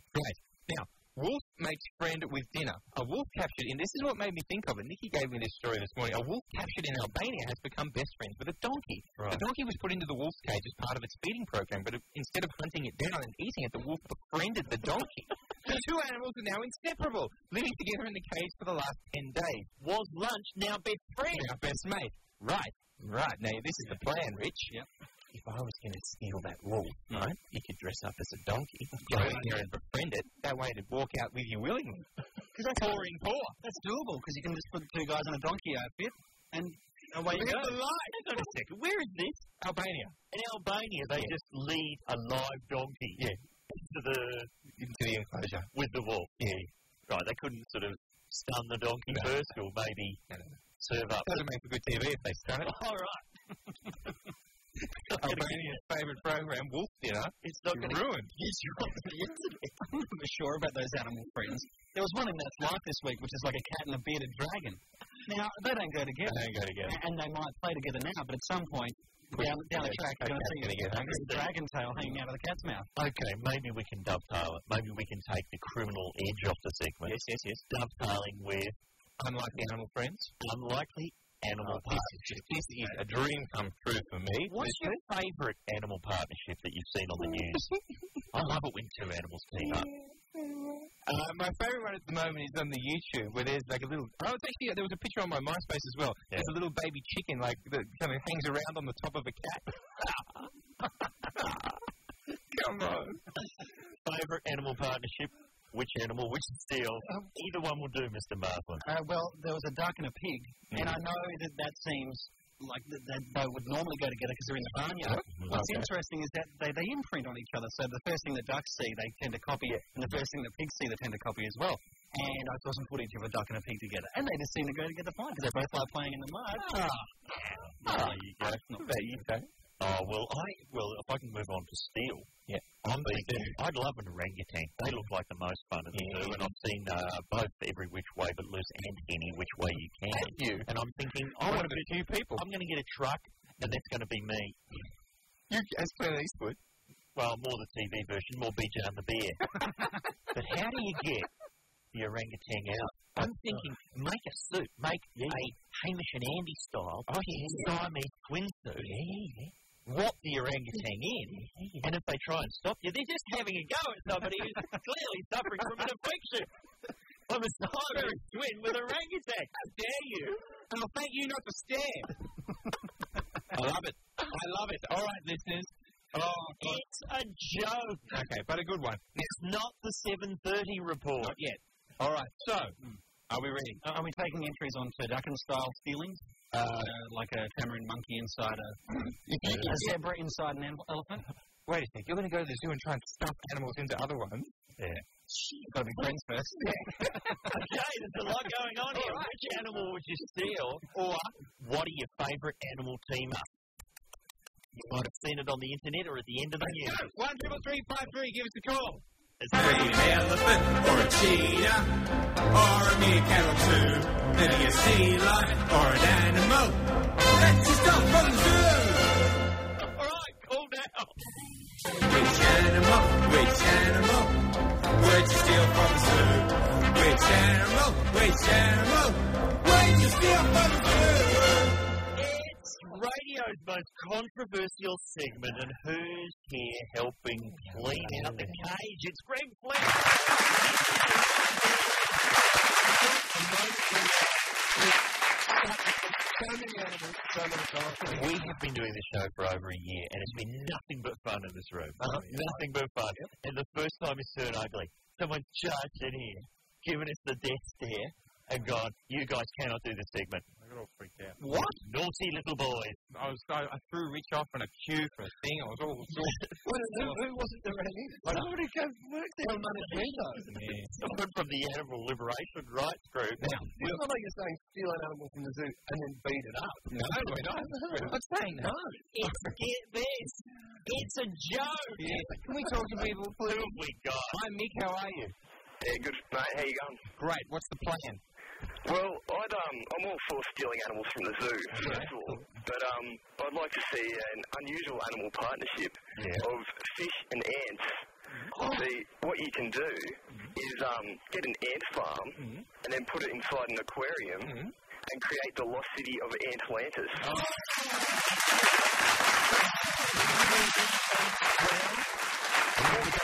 [SPEAKER 2] Wolf makes friend with dinner. A wolf captured in this is what made me think of it. Nikki gave me this story this morning. A wolf captured in Albania has become best friends with a donkey.
[SPEAKER 1] Right.
[SPEAKER 2] The donkey was put into the wolf's cage as part of its feeding program, but it, instead of hunting it down and eating it, the wolf befriended the donkey. the two animals are now inseparable, living together in the cage for the last ten days.
[SPEAKER 1] Was lunch now best friend?
[SPEAKER 2] Our best mate. Right, right. Now this is the plan, Rich. Yep. If I was going to steal that wolf,
[SPEAKER 3] Hmm.
[SPEAKER 2] right, you could dress up as a donkey, go in there and befriend it. That way, it'd walk out with you willingly.
[SPEAKER 3] Because that's pouring poor. That's doable because you can just put two guys in a donkey outfit and away you go.
[SPEAKER 1] Hang on a second. Where is this?
[SPEAKER 2] Albania.
[SPEAKER 1] In Albania, they just lead a live donkey into the
[SPEAKER 2] Into the enclosure.
[SPEAKER 1] with the wolf. Yeah. Right. They couldn't sort of stun the donkey first, or maybe
[SPEAKER 2] No, no,
[SPEAKER 1] serve up.
[SPEAKER 2] That'd make for good TV if they stun it.
[SPEAKER 1] All right. Oh,
[SPEAKER 2] Albania's favourite program, Wolf Dinner,
[SPEAKER 1] It's not going to.
[SPEAKER 2] ruined.
[SPEAKER 3] I'm not even sure about those animal friends. There was one in that's life this week, which is like a cat and a bearded dragon. Now they don't go together,
[SPEAKER 2] Don't go together.
[SPEAKER 3] and they might play together now, but at some point down, down the track, you're going to see
[SPEAKER 2] gonna get hungry.
[SPEAKER 3] the dragon tail hanging out of the cat's mouth.
[SPEAKER 1] Okay. Maybe we can dovetail it. Maybe we can take the criminal edge off the segment. Yes. Yes. Yes. Dovetailing with
[SPEAKER 2] Unlike the animal friends.
[SPEAKER 1] unlikely animal partnership.
[SPEAKER 2] This is a dream come true for me.
[SPEAKER 1] Oh, What's your favourite animal partnership that you've seen on the news? I love it when two animals team up.
[SPEAKER 2] Uh, my favourite one at the moment is on the YouTube where there's like a little. Oh, it's actually there was a picture on my MySpace as well. There's a little baby chicken like that kind of hangs around on the top of a cat. Come on.
[SPEAKER 1] favourite animal partnership? Which animal? Which seal? Either one will do, Mr. Martha.
[SPEAKER 3] Uh, well, there was a duck and a pig, and I know that that seems like that, that they would normally go together because they're in the barnyard. What's interesting is that they, they imprint on each other. So the first thing the ducks see, they tend to copy it, and the first thing the pigs see, they tend to copy as well. And I saw some footage of a duck and a pig together, and they just seem to go together fine because they both like playing in the mud.
[SPEAKER 1] There you go. There you go. Oh well, I well if I can move on to steel.
[SPEAKER 2] Yeah.
[SPEAKER 1] I'm thinking I'd love an orangutan. They look like the most fun at the zoo, and I've seen uh, both every which way but loose and any which way you can.
[SPEAKER 2] you.
[SPEAKER 1] And I'm thinking I
[SPEAKER 2] One
[SPEAKER 1] want
[SPEAKER 2] of
[SPEAKER 1] to
[SPEAKER 2] the few people.
[SPEAKER 1] I'm going to get a truck, and that's going to be me.
[SPEAKER 2] You, as Clint Eastwood.
[SPEAKER 1] Well, more the TV version, more BJ and the Bear. but how do you get the orangutan out? I'm thinking, make a suit, make a Hamish and Andy style oh, Siamese twin suit. What the orangutan in, and if they try and stop you, they're just having a go at somebody who's clearly suffering from an affliction. I'm a Siamese twin with orangutan. How dare you?
[SPEAKER 2] I'll thank you not to stare. I love it. I love it. All right, listeners.
[SPEAKER 1] It's a joke.
[SPEAKER 2] Oh, Okay, but a good one.
[SPEAKER 1] It's not the 730 report.
[SPEAKER 2] Not yet. All right, so are we ready?
[SPEAKER 3] Are are we taking entries on Sir Duncan style stealing? Uh, like a Cameroon monkey inside a, a zebra inside an ele- elephant?
[SPEAKER 2] Wait a sec, you're going to go to the zoo and try and stuff animals into other ones?
[SPEAKER 3] Got to be friends first.
[SPEAKER 1] Okay, there's a lot going on here. Which animal would you steal, or what are your favourite animal team up? You might have seen it on the internet or at the end of the year.
[SPEAKER 2] One triple three five three. Give us a call.
[SPEAKER 9] an elephant or a cheetah or a meerkat or two. Maybe a sea lion or an animal. That's your stuff from the zoo.
[SPEAKER 1] All right, call now.
[SPEAKER 9] Which animal? Which animal? Where'd you steal from the zoo? Which animal? Which animal? Where'd you steal from the zoo?
[SPEAKER 1] It's radio's most controversial segment, and who's here helping clean out the cage? It's Greg Fletcher. We have been doing this show for over a year, and it's been nothing but fun in this room. Nothing but fun. And the first time it's turned ugly, someone charged in here, given us the death stare, and gone, "You guys cannot do this segment."
[SPEAKER 2] I got all freaked out.
[SPEAKER 1] What? Naughty little boys.
[SPEAKER 2] I was I, I threw Rich off on a cue for a thing. I was all.
[SPEAKER 1] Someone from the Animal Liberation Rights Group. Now,
[SPEAKER 10] It's not like you're saying steal an animal from the zoo and then beat it up.
[SPEAKER 2] no, we're not. What's saying that?
[SPEAKER 1] it's, get this. It's a joke.
[SPEAKER 2] Can we talk to people,
[SPEAKER 1] Who
[SPEAKER 2] please?
[SPEAKER 1] have we got?
[SPEAKER 2] Hi, Mick. How are you?
[SPEAKER 10] Yeah, good mate. How you going?
[SPEAKER 2] Great. What's the plan?
[SPEAKER 10] Well, I'd, um, I'm all for stealing animals from the zoo, first of all. But um, I'd like to see an unusual animal partnership of fish and ants. See, what you can do is um, get an ant farm and then put it inside an aquarium and create the lost city of Antlantis. Ants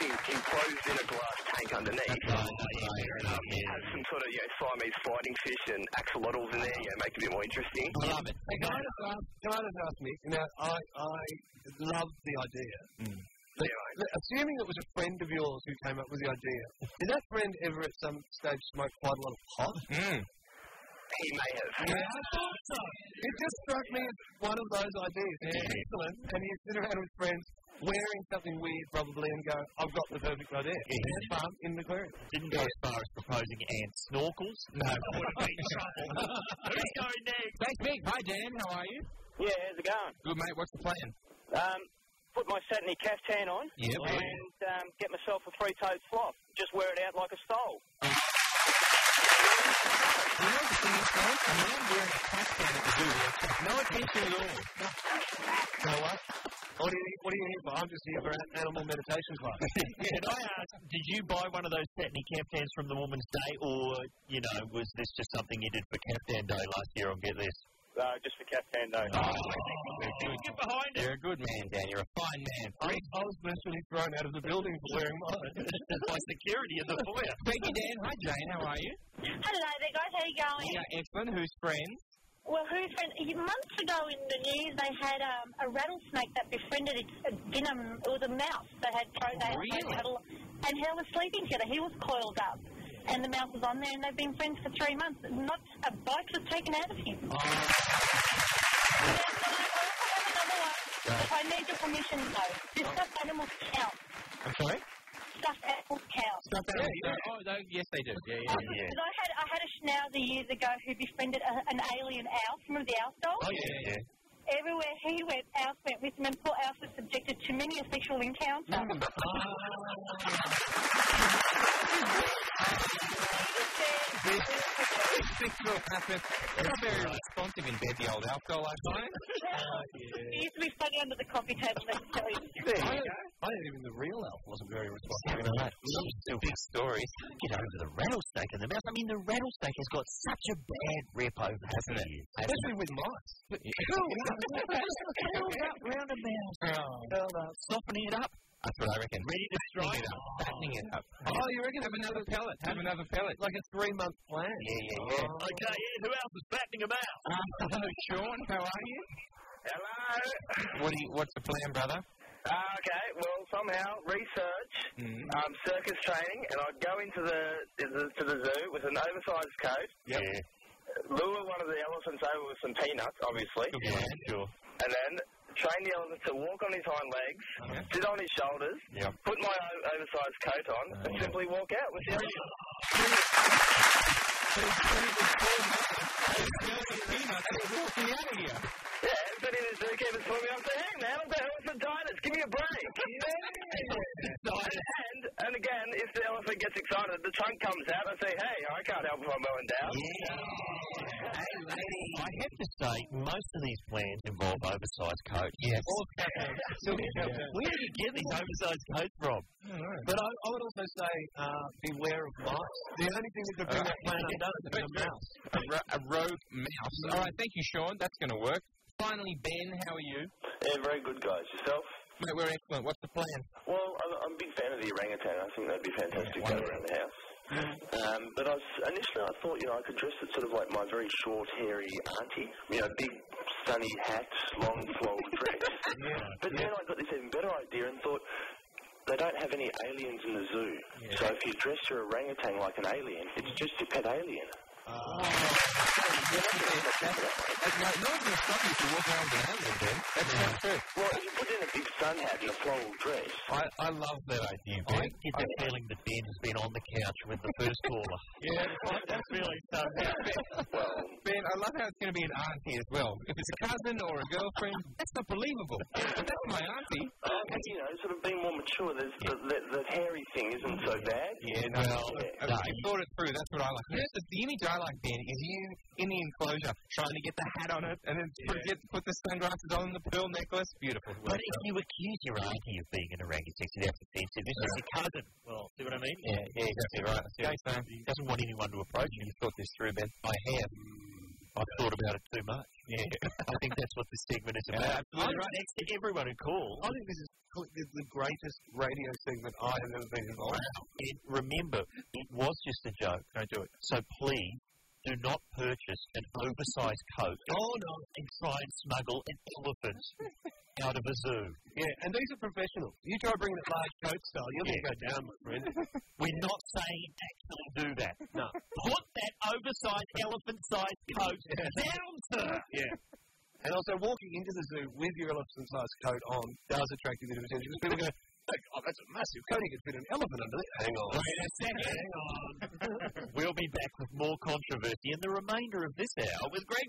[SPEAKER 10] in- enclosed in a glass tank underneath. Have some sort of you know, Siamese fighting fish and axolotls in there, you know, make it a bit more interesting.
[SPEAKER 2] I love it.
[SPEAKER 10] Okay.
[SPEAKER 2] Okay.
[SPEAKER 10] Can I just ask me? Now, I, I love the idea. Like, like, assuming it was a friend of yours who came up with the idea, did that friend ever at some stage smoke quite a lot of pot?
[SPEAKER 2] Hmm.
[SPEAKER 10] He may have. It just struck me as one of those ideas. It's Excellent. And you sit around with friends wearing something weird, probably, and go, I've got the perfect idea. Ant farm in the aquarium.
[SPEAKER 1] Didn't go as far as proposing ant snorkels. No. That would have been trouble. Who's going next?
[SPEAKER 2] Thanks, Mick. Hi, Dan. How are you?
[SPEAKER 11] Yeah, how's it going?
[SPEAKER 2] Good, mate. What's the plan?
[SPEAKER 11] Um, put my satiny caftan on
[SPEAKER 2] Yeah,
[SPEAKER 11] and um, get myself a three-toed flop. Just wear it out like a stole.
[SPEAKER 2] You know the thing is, though, a man wearing a caftan at the zoo will attract no attention at all.
[SPEAKER 10] So what? What are, you, what are you here for? I'm just here for an animal meditation class.
[SPEAKER 1] Can I ask, did you buy one of those satiny caftans from the Woman's Day, or, you know, was this just something you did for Caftan Day last year on Get This?
[SPEAKER 11] Uh, just for caftan, though.
[SPEAKER 1] Get behind
[SPEAKER 2] You're a good man, Dan. You're a fine man.
[SPEAKER 10] I was literally thrown out of the building for wearing mine.
[SPEAKER 1] by security in the foyer.
[SPEAKER 2] Thank you, Dan. Hi, Jane. How are you?
[SPEAKER 12] Hello there, guys. How you going?
[SPEAKER 2] We are excellent. Who's friends?
[SPEAKER 12] Well, who's friend? Months ago in the news, they had um, a rattlesnake that befriended its a venom. It was a mouse that had pro- they had
[SPEAKER 2] Really?
[SPEAKER 12] rattle, and he was sleeping together. He was coiled up, and the mouse was on there, and they've been friends for three months. Not a bite was taken out of him.
[SPEAKER 2] Oh.
[SPEAKER 12] Now, I also have another one. I need your permission, though. Do stuffed animals count?
[SPEAKER 2] I'm sorry?
[SPEAKER 12] Stuffed animals count.
[SPEAKER 2] Stop that. Oh, no, yes, they do. Yeah, yeah, yeah.
[SPEAKER 12] Because I had I had a schnauzer years ago who befriended a, an alien owl. Remember the owl doll?
[SPEAKER 2] Oh, yeah, yeah.
[SPEAKER 12] Everywhere he went, Alf went with him, and poor Alf was subjected to many a sexual encounter.
[SPEAKER 2] Sexual harassment. It's very responsive in bed, the old alcohol, I find. Uh,
[SPEAKER 12] He used to be funny under the coffee table, let's tell you.
[SPEAKER 10] I, I don't even the real elf wasn't very responsive.
[SPEAKER 1] Stupid story. Get over the rattlesnake in the mouth. I mean, the rattlesnake has got such a bad rep over, hasn't it?
[SPEAKER 2] Especially with mice.
[SPEAKER 1] Softening it up.
[SPEAKER 2] That's what I reckon. Ready to strike it up. Fattening it up. Oh, you reckon? Have another pellet. Have another pellet. Like a three month plan. Yeah, yeah, yeah.
[SPEAKER 1] Okay, yeah, who else is batting about?
[SPEAKER 2] Hello, Sean. How are you?
[SPEAKER 11] Hello.
[SPEAKER 2] What do you, what's the plan, brother?
[SPEAKER 11] Ah, okay, well, somehow research, um, circus training, and I'd go into the, the to the zoo with an oversized coat.
[SPEAKER 1] Yeah.
[SPEAKER 11] Lure one of the elephants over with some peanuts, obviously.
[SPEAKER 1] Yeah, sure.
[SPEAKER 11] And then train the elephant to walk on his hind legs, sit on his shoulders,
[SPEAKER 1] Yep.
[SPEAKER 11] put my o- oversized coat on, and simply walk out with the elephant. Yeah, but in the zookeeper's pulled me up to hang, man. What the hell is the diners? Give me a break. and, and again, if the elephant gets excited, the trunk comes out. I say, hey, I can't help if I'm mowing down. Hey, lady.
[SPEAKER 1] I have to say, most of these plans involve oversized coats.
[SPEAKER 2] Yes.
[SPEAKER 1] So, where do you get these oversized coats from?
[SPEAKER 10] But I, I would also say, uh, beware of mice. The only thing that could bring that plan undone is a bit of mouse.
[SPEAKER 2] A, ro- a rogue mouse. All right, thank you, Sean. That's going to work. Finally, Ben, how are you?
[SPEAKER 13] Yeah, very good, guys. Yourself?
[SPEAKER 2] Mate, we're excellent. What's the plan?
[SPEAKER 13] Well, I'm, I'm a big fan of the orangutan. I think that'd be fantastic going around the house. Um, but I was, initially, I thought, you know, I could dress it sort of like my very short, hairy auntie. You know, big sunny hat, long floral dress. But then I got this even better idea and thought, they don't have any aliens in the zoo. So if you dress your orangutan like an alien, it's just your pet alien.
[SPEAKER 2] That's not true.
[SPEAKER 13] Well, if you put in a big sun hat and a floral dress,
[SPEAKER 2] I, I love that idea,
[SPEAKER 1] Ben. I get the feeling that Ben has been on the couch with the first caller.
[SPEAKER 2] Yeah, that's really so. Ben, I love how it's going to be an auntie as well. If it's a cousin or a girlfriend, that's not believable. But that's my auntie.
[SPEAKER 13] um, you know, sort of being more mature, there's, the, the, the hairy thing isn't so bad.
[SPEAKER 2] Yeah, no, I, I thought it through. That's what I like. You know, the, the image I like, Ben, is you in the enclosure trying to get the hat on it and then put, get, put the sunglasses on and the pearl necklace. Beautiful.
[SPEAKER 1] But uh, if you accuse your auntie of being an orangutan, so that's offensive. This is your cousin. Well, see what I mean?
[SPEAKER 2] Yeah, yeah, exactly right. I see what you're saying.
[SPEAKER 1] He doesn't want anyone to approach him. You thought this through, Ben? I have. I've thought about it too much. Hmm. Yeah. I think that's what this segment is about.
[SPEAKER 10] absolutely
[SPEAKER 1] I'm
[SPEAKER 10] right.
[SPEAKER 1] next to everyone who calls.
[SPEAKER 10] I think this is co- the the greatest radio segment I have ever been involved in.
[SPEAKER 1] And remember, it was just a joke. Don't do it. So please do not purchase an oversized coat
[SPEAKER 10] Oh, no.
[SPEAKER 1] and try and smuggle an elephant out of a zoo.
[SPEAKER 10] Yeah, and these are professionals. You try bringing a large coat style, you're going to go down, my friend.
[SPEAKER 1] We're not saying actually do that. No. Put that oversized elephant-sized coat down, sir.
[SPEAKER 10] Yeah. And also, walking into the zoo with your elephant sized coat on does attract a bit of attention because people go, oh, that's a massive coat. You could fit an elephant under there. Hang on.
[SPEAKER 1] Wait a second. Hang on. we'll be back with more controversy in the remainder of this hour with Greg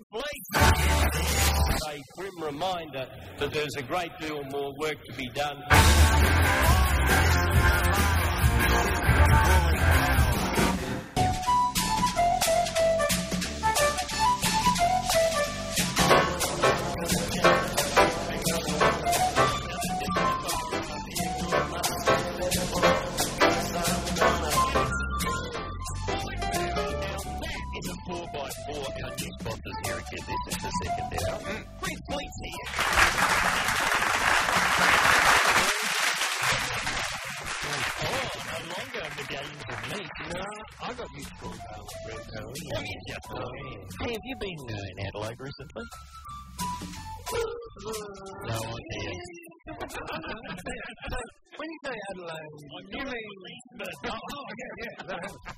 [SPEAKER 1] Blake.
[SPEAKER 14] a grim reminder that there's a great deal more work to be done.
[SPEAKER 1] It's a 4x4. Our new sponsors here at Get This in the second hour. Greg Blake's here. Oh, no longer medallions of meat. No, I got musical talent, Greg. Oh, yeah. Hey, have you been uh, in Adelaide recently? No, I did.
[SPEAKER 10] When you say Adelaide, you mean. Oh, oh, yeah, yeah. no,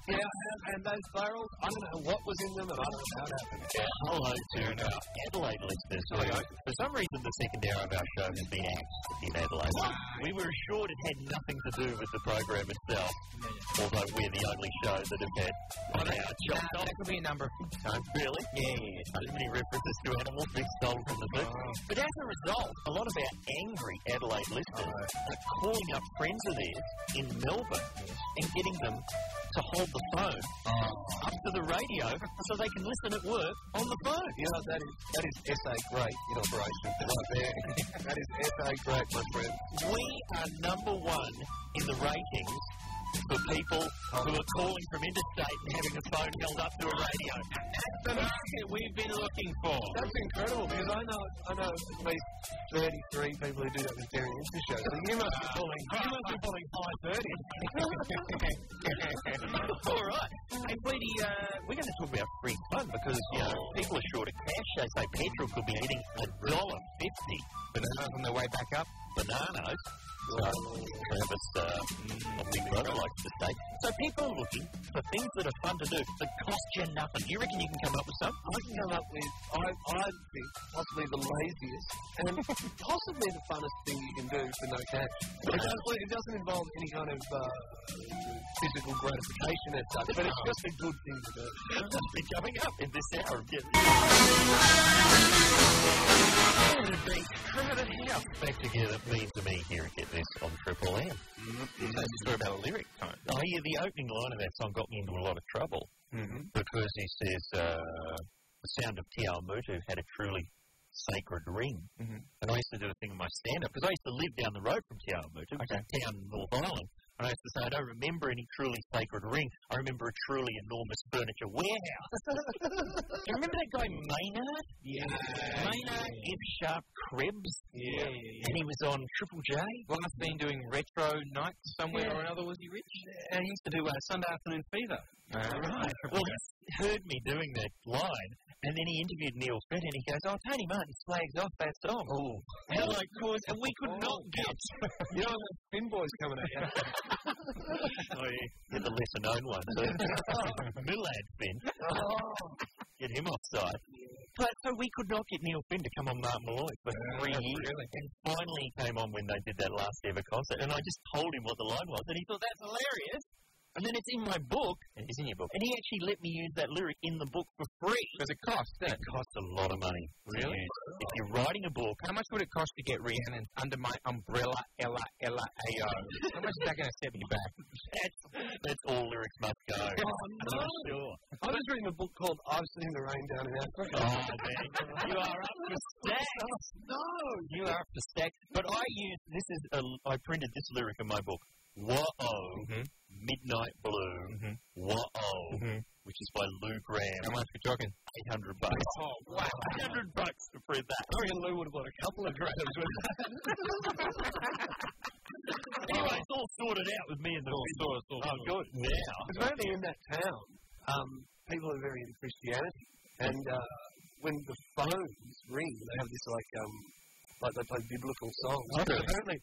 [SPEAKER 10] yeah, and, and those barrels, I don't know what was in them and I don't know how it happened.
[SPEAKER 1] Hello to uh, Adelaide listeners. who- For some reason, the second hour of our show has been axed in Adelaide. We were assured it had nothing to do with the program itself, although we're the only show that have had an hour chopped off.
[SPEAKER 2] That could be a number of things.
[SPEAKER 1] No, really? Yeah, yeah, yeah. So many references to animals being stolen from the zoo. But as a result, a lot of our angry Adelaide listeners are calling up friends of theirs in Melbourne and getting them to hold the phone up to the radio so they can listen at work on the phone.
[SPEAKER 10] You know, that is, that is SA great in operation right there. that is SA great, my friend.
[SPEAKER 1] We are number one in the ratings for people who are calling from interstate and having a phone held up to a radio.
[SPEAKER 2] That's the market we've been looking for.
[SPEAKER 10] That's incredible because I know I know at least thirty three people who do that with Derry Insta show. So you must be pulling you must be pulling five thirty.
[SPEAKER 1] All right. Hey, Brady, uh, we're going to talk about free fun because, you know, people are short of cash. They say petrol could be hitting a dollar fifty. Bananas on their way back up. Bananas. So, Travis, uh, a big brother likes to say. So people are looking for things that are fun to do that cost you nothing. You reckon you can come up with some?
[SPEAKER 10] I can come up with, I, I think, possibly the laziest and possibly the funnest thing you can do for no cash. It doesn't, it doesn't involve any kind of uh, physical gratification as such, but it's just a good thing to do.
[SPEAKER 1] coming up in this hour. Get Crowded House back together. Mean to me here at Get This on Triple M. That's sort about a lyric time. Oh, yeah, the opening line of that song got me into a lot of trouble because he says uh, the sound of T.R. Mutu had a truly sacred ring. And I used to do a thing in my stand up because I used to live down the road from Tower Mutu, which is down in North Island. And I used to say, I don't remember any truly sacred ring. I remember a truly enormous furniture warehouse. Do you remember that guy Maynard? Yeah. Maynard F Sharp Krebs? Yeah. And he was on Triple J.
[SPEAKER 2] Well, I've been doing retro nights somewhere or another. Was he rich?
[SPEAKER 3] And he used to do uh, Sunday afternoon fever.
[SPEAKER 1] Right. Well, he heard me doing that line, and then he interviewed Neil Fred, and he goes, "Oh, Tony Martin slags off that song." Oh, how like cause, and we could not get.
[SPEAKER 10] You know, the Spin Boys coming out. yeah.
[SPEAKER 1] oh, yeah, Get the lesser known one. So. Millad Finn. Get him offside. Oh. But so we could not get Neil Finn to come on Martin Malloy for three years. And finally he came on when they did that last ever concert. And I just told him what the line was. And he thought, that's hilarious. And then it's in my book. It is in your book. And he actually let me use that lyric in the book for free. Because it costs, It costs a lot of money. Really? If you're writing a book,
[SPEAKER 2] How much would it cost to get Rihanna under my umbrella, Ella, Ella, AO? How much is that going to set me back?
[SPEAKER 1] that's, that's all lyrics must go.
[SPEAKER 10] Oh,
[SPEAKER 1] I'm sure.
[SPEAKER 10] I was reading a book called I've Seen the Rain Down in Africa.
[SPEAKER 1] Oh, man. You are up for stacks. No, you are up for stacks. But I used this is a, I printed this lyric in my book. Whoa, Mm-hmm. Midnight Blue, Whoa, which is by Lou Graham. Mm-hmm. How much are we talking? Eight hundred bucks. Oh wow, eight hundred bucks to print that. I reckon Lou would have bought a couple of grams with that. anyway, it's all sorted out with me and the all Oh, good. Now,
[SPEAKER 10] Apparently, in that town, um, people are very into Christianity, and uh, when the phones ring, they have this like um, like they play biblical songs.
[SPEAKER 1] Okay.
[SPEAKER 10] Apparently,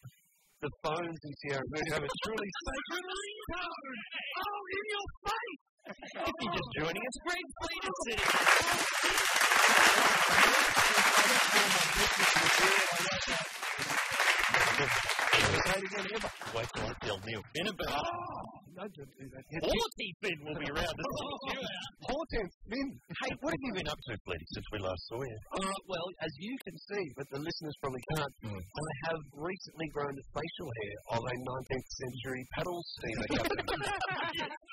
[SPEAKER 10] the phones in Sierra Leone have a truly sacred ring tone. Oh, in your face!
[SPEAKER 1] if you're just joining us, Greg Fleeter City. Wait till I tell Neil Finn
[SPEAKER 10] Oh,
[SPEAKER 1] about it.
[SPEAKER 10] No, don't do that. Yet.
[SPEAKER 1] Haughty Finn will be around this next year.
[SPEAKER 10] Hortense Finn.
[SPEAKER 1] Hey, what have you been up to, Fletty, since we last saw you?
[SPEAKER 10] Uh, well, as you can see, but the listeners probably can't,
[SPEAKER 1] Hmm.
[SPEAKER 10] I have recently grown the facial hair of a 19th century paddle steamer.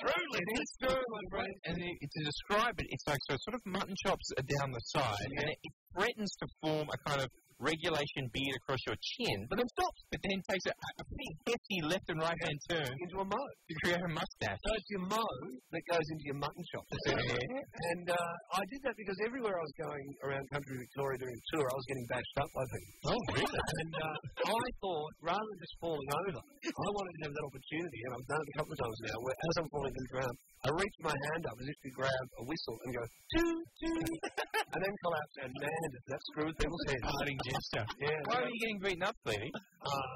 [SPEAKER 1] Truly,
[SPEAKER 10] it is true, my friend.
[SPEAKER 2] And it, to describe it, it's like so sort of mutton chops are down the side, and it, it threatens to form a kind of regulation beard across your chin, but then stops, but then takes a, a pretty hefty left and right hand turn
[SPEAKER 10] Into a mug.
[SPEAKER 2] to create a mustache.
[SPEAKER 10] So it's your mo that goes into your mutton chop. And uh, I did that because everywhere I was going around country Victoria doing a tour, I was getting bashed up by people.
[SPEAKER 1] Oh, really?
[SPEAKER 10] And uh, I thought, rather than just falling over, I wanted to have that opportunity, and I've done it a couple of times now, where as I'm falling to the ground, I reach my hand up as if to grab a whistle and go, toot, toot, and then collapse, and man, does that screws people's heads.
[SPEAKER 1] Uh,
[SPEAKER 2] Parting gesture.
[SPEAKER 10] Yeah,
[SPEAKER 2] Why are you getting beaten up, Fletty?
[SPEAKER 10] uh,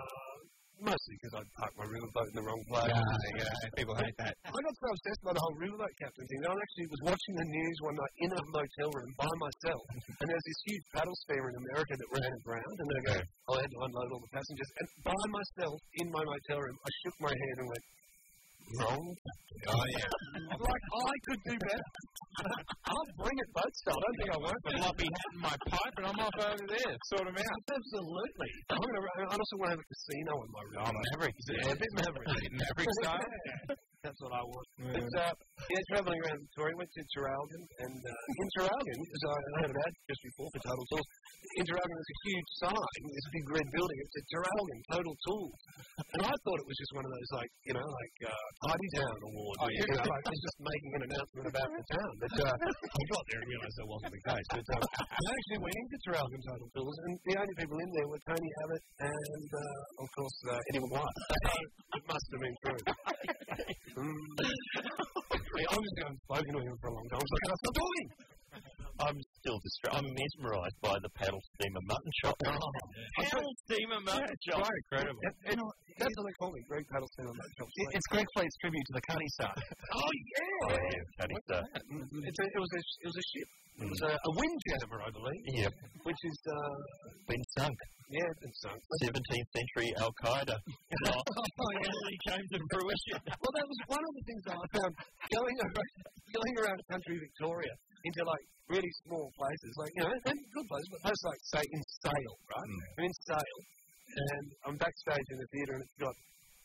[SPEAKER 10] mostly because I parked my riverboat in the wrong place.
[SPEAKER 2] people hate that.
[SPEAKER 10] I got so obsessed by the whole riverboat captain thing that I actually was watching the news one night in a motel room by myself, and there's this huge paddle steamer in America that ran aground, and they go, I had to unload all the passengers, and by myself in my motel room, I shook my head and went, wrong.
[SPEAKER 2] Oh, yeah.
[SPEAKER 10] I'm like, I could do better. I'll bring it boat style. I don't think I won't.
[SPEAKER 2] The floppy hat in my pipe, and I'm off over there. Sort them out.
[SPEAKER 10] Absolutely. I'm gonna, I also want to have a casino in my room.
[SPEAKER 2] Maverick. Is it?
[SPEAKER 10] Yeah, a bit Oh, maverick.
[SPEAKER 2] Maverick style.
[SPEAKER 10] That's what I want. But, uh, yeah, travelling around Victoria, went to Terralgan, and uh, in Terralgan, as I I had an ad just before for Total Tools, in Terralgan there's a huge sign, this big red building, it said Terralgan Total Tools. And I thought it was just one of those, like, you know, like uh, Tidy Town awards, oh, you know, like it's just making an announcement about the town. But uh, I got there and realised that wasn't the case. But um, I actually went into Terralgan Total Tools, and the only people in there were Tony Abbott and, uh, of course, uh, Eddie McGuire. So it must have been true. Mm. I mean, I'm just going, I've been with him for a long time. I was like, I'm not doing.
[SPEAKER 1] I'm still distraught. I'm mesmerised by the paddle steamer mutton chop.
[SPEAKER 10] Oh,
[SPEAKER 1] paddle steamer mutton chop. incredible.
[SPEAKER 10] It, it, that's what they call me, Greg Paddleston on that job.
[SPEAKER 3] It's Greg Fleet's tribute to the Cunny Star.
[SPEAKER 10] Oh,
[SPEAKER 1] Oh,
[SPEAKER 10] yeah!
[SPEAKER 1] yeah, Cunny Star.
[SPEAKER 10] It's a, it, was a, it was a ship. It was a, a Windjammer, I believe.
[SPEAKER 1] Yep.
[SPEAKER 10] Which is, uh,
[SPEAKER 1] Been sunk.
[SPEAKER 10] yeah, it's sunk.
[SPEAKER 1] 17th century Al Qaeda.
[SPEAKER 10] finally came to fruition. well, that was one of the things that I found going around, going around country Victoria into like really small places, like you know, and good places, but places like say in Sale, right?
[SPEAKER 2] Mm.
[SPEAKER 10] I'm in Sale, and I'm backstage in the theatre, and it's got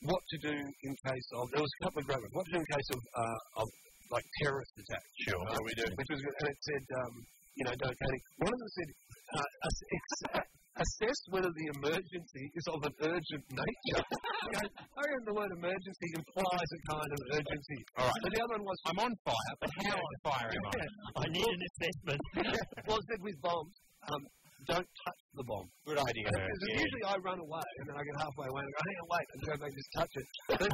[SPEAKER 10] what to do in case of there was a couple of grammars. What to do in case of uh, of like terrorist attack?
[SPEAKER 1] Sure.
[SPEAKER 10] What we do? Which was good, and it said. Um, you know, don't panic. One of them said, uh, ass- assess whether the emergency is of an urgent nature. You know, I reckon the word emergency implies a kind of urgency.
[SPEAKER 2] All right.
[SPEAKER 10] But the other one was,
[SPEAKER 2] I'm on fire, but how on fire am I?
[SPEAKER 1] I need an assessment.
[SPEAKER 10] well, it said with bombs, um, don't touch the bomb.
[SPEAKER 1] Good idea.
[SPEAKER 10] Because usually I run away and then I get halfway away and I go, hang on, wait, and go back and just touch it. But,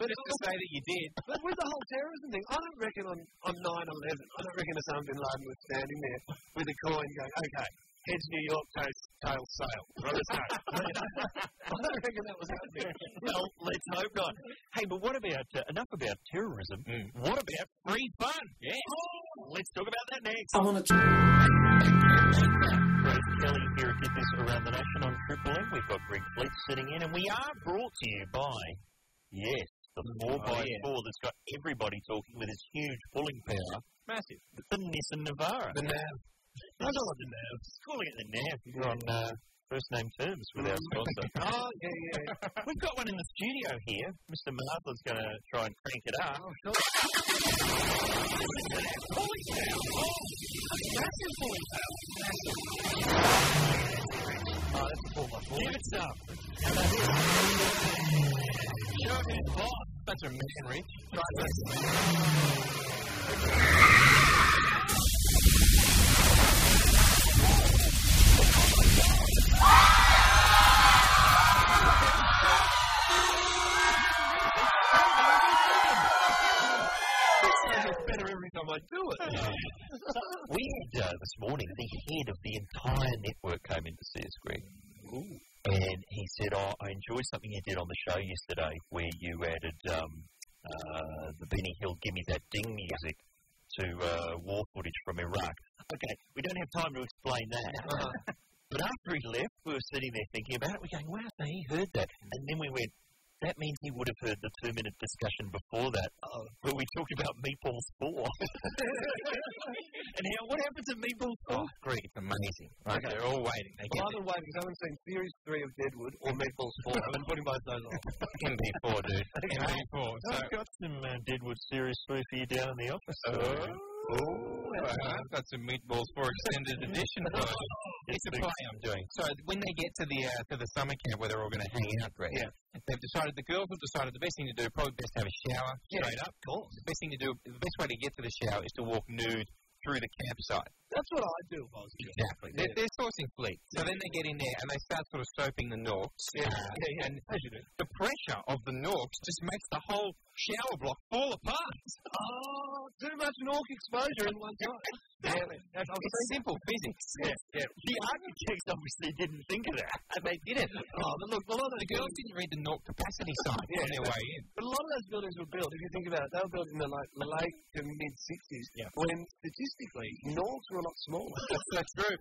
[SPEAKER 10] but it's
[SPEAKER 2] To say that you did.
[SPEAKER 10] but with the whole terrorism thing, I don't reckon on, on 9 11, I don't reckon Osama bin Laden was standing there with a coin going, okay, heads New York, tails, tails sail. Rubber stamp." I don't reckon that was happening.
[SPEAKER 1] well, let's hope not. Hey, but what about uh, enough about terrorism? What about free fun? Yeah. let's talk about that next. I want to. Greg Kelly here at Get This Around the Nation on Triple M. We've got Greg Fleet sitting in, and we are brought to you by, yes, the 4x4 that's got everybody talking with its huge pulling power. Massive. The Nissan Navara. The NAV. I don't like the NAV. It's calling it the NAV. You're on uh, first name terms with our sponsor.
[SPEAKER 10] Oh, yeah, yeah. yeah.
[SPEAKER 1] Mm. We've got one in the studio here. Mr. Martha's going to try and crank it up.
[SPEAKER 10] Oh, sure.
[SPEAKER 1] Give it some. Such a man, Rich.
[SPEAKER 10] It's better every time I do it.
[SPEAKER 1] We had uh, this morning the head of the entire network came in to see us, Greg. And he said, oh, I enjoyed something you did on the show yesterday where you added um, uh, the Benny Hill Gimme That Ding music to uh, war footage from Iraq. Okay, we don't have time to explain that. but after he left, we were sitting there thinking about it. We're going, wow, so he heard that. And then we went, that means he would have heard the two minute discussion before that where we talked about Meatballs 4. and how, what happens in Meatballs 4?
[SPEAKER 2] Oh, great. It's amazing. Right, They're all waiting. They
[SPEAKER 10] By
[SPEAKER 2] get
[SPEAKER 10] the way, because I haven't seen Series 3 of Deadwood or Meatballs 4, I've been putting both those on.
[SPEAKER 2] the MP4, dude. MP4. So,
[SPEAKER 1] I've got some uh, Deadwood Series 3 for you down in the office.
[SPEAKER 2] Oh, uh, I've got some meatballs for extended edition. for you. it's a play I'm doing. So when they get to the uh, to the summer camp where they're all going to hang out, Greg,
[SPEAKER 10] Yeah.
[SPEAKER 2] they've decided the girls have decided the best thing to do probably best to have a shower straight up. Of course. The best thing to do, the best way to get to the shower is to walk nude through the campsite.
[SPEAKER 10] That's what I'd do if I was you.
[SPEAKER 2] Exactly. They're, they're sourcing fleet. So then they get in there and they start sort of soaping the norks. Yeah. And the pressure of the norks just makes the whole shower block fall apart.
[SPEAKER 10] Oh, too much Nork exposure in one time. Yeah, that's, I've
[SPEAKER 2] It's
[SPEAKER 10] seen
[SPEAKER 2] simple physics.
[SPEAKER 10] yeah.
[SPEAKER 1] The architects obviously didn't think of that.
[SPEAKER 2] And they did it. Oh, but look, a lot of the girls didn't read the North capacity sign on their way in.
[SPEAKER 10] But a lot of those buildings were built, if you think about it, they were built in the like, the late to mid 60s, when statistically, Nords were a lot smaller.
[SPEAKER 2] That's true.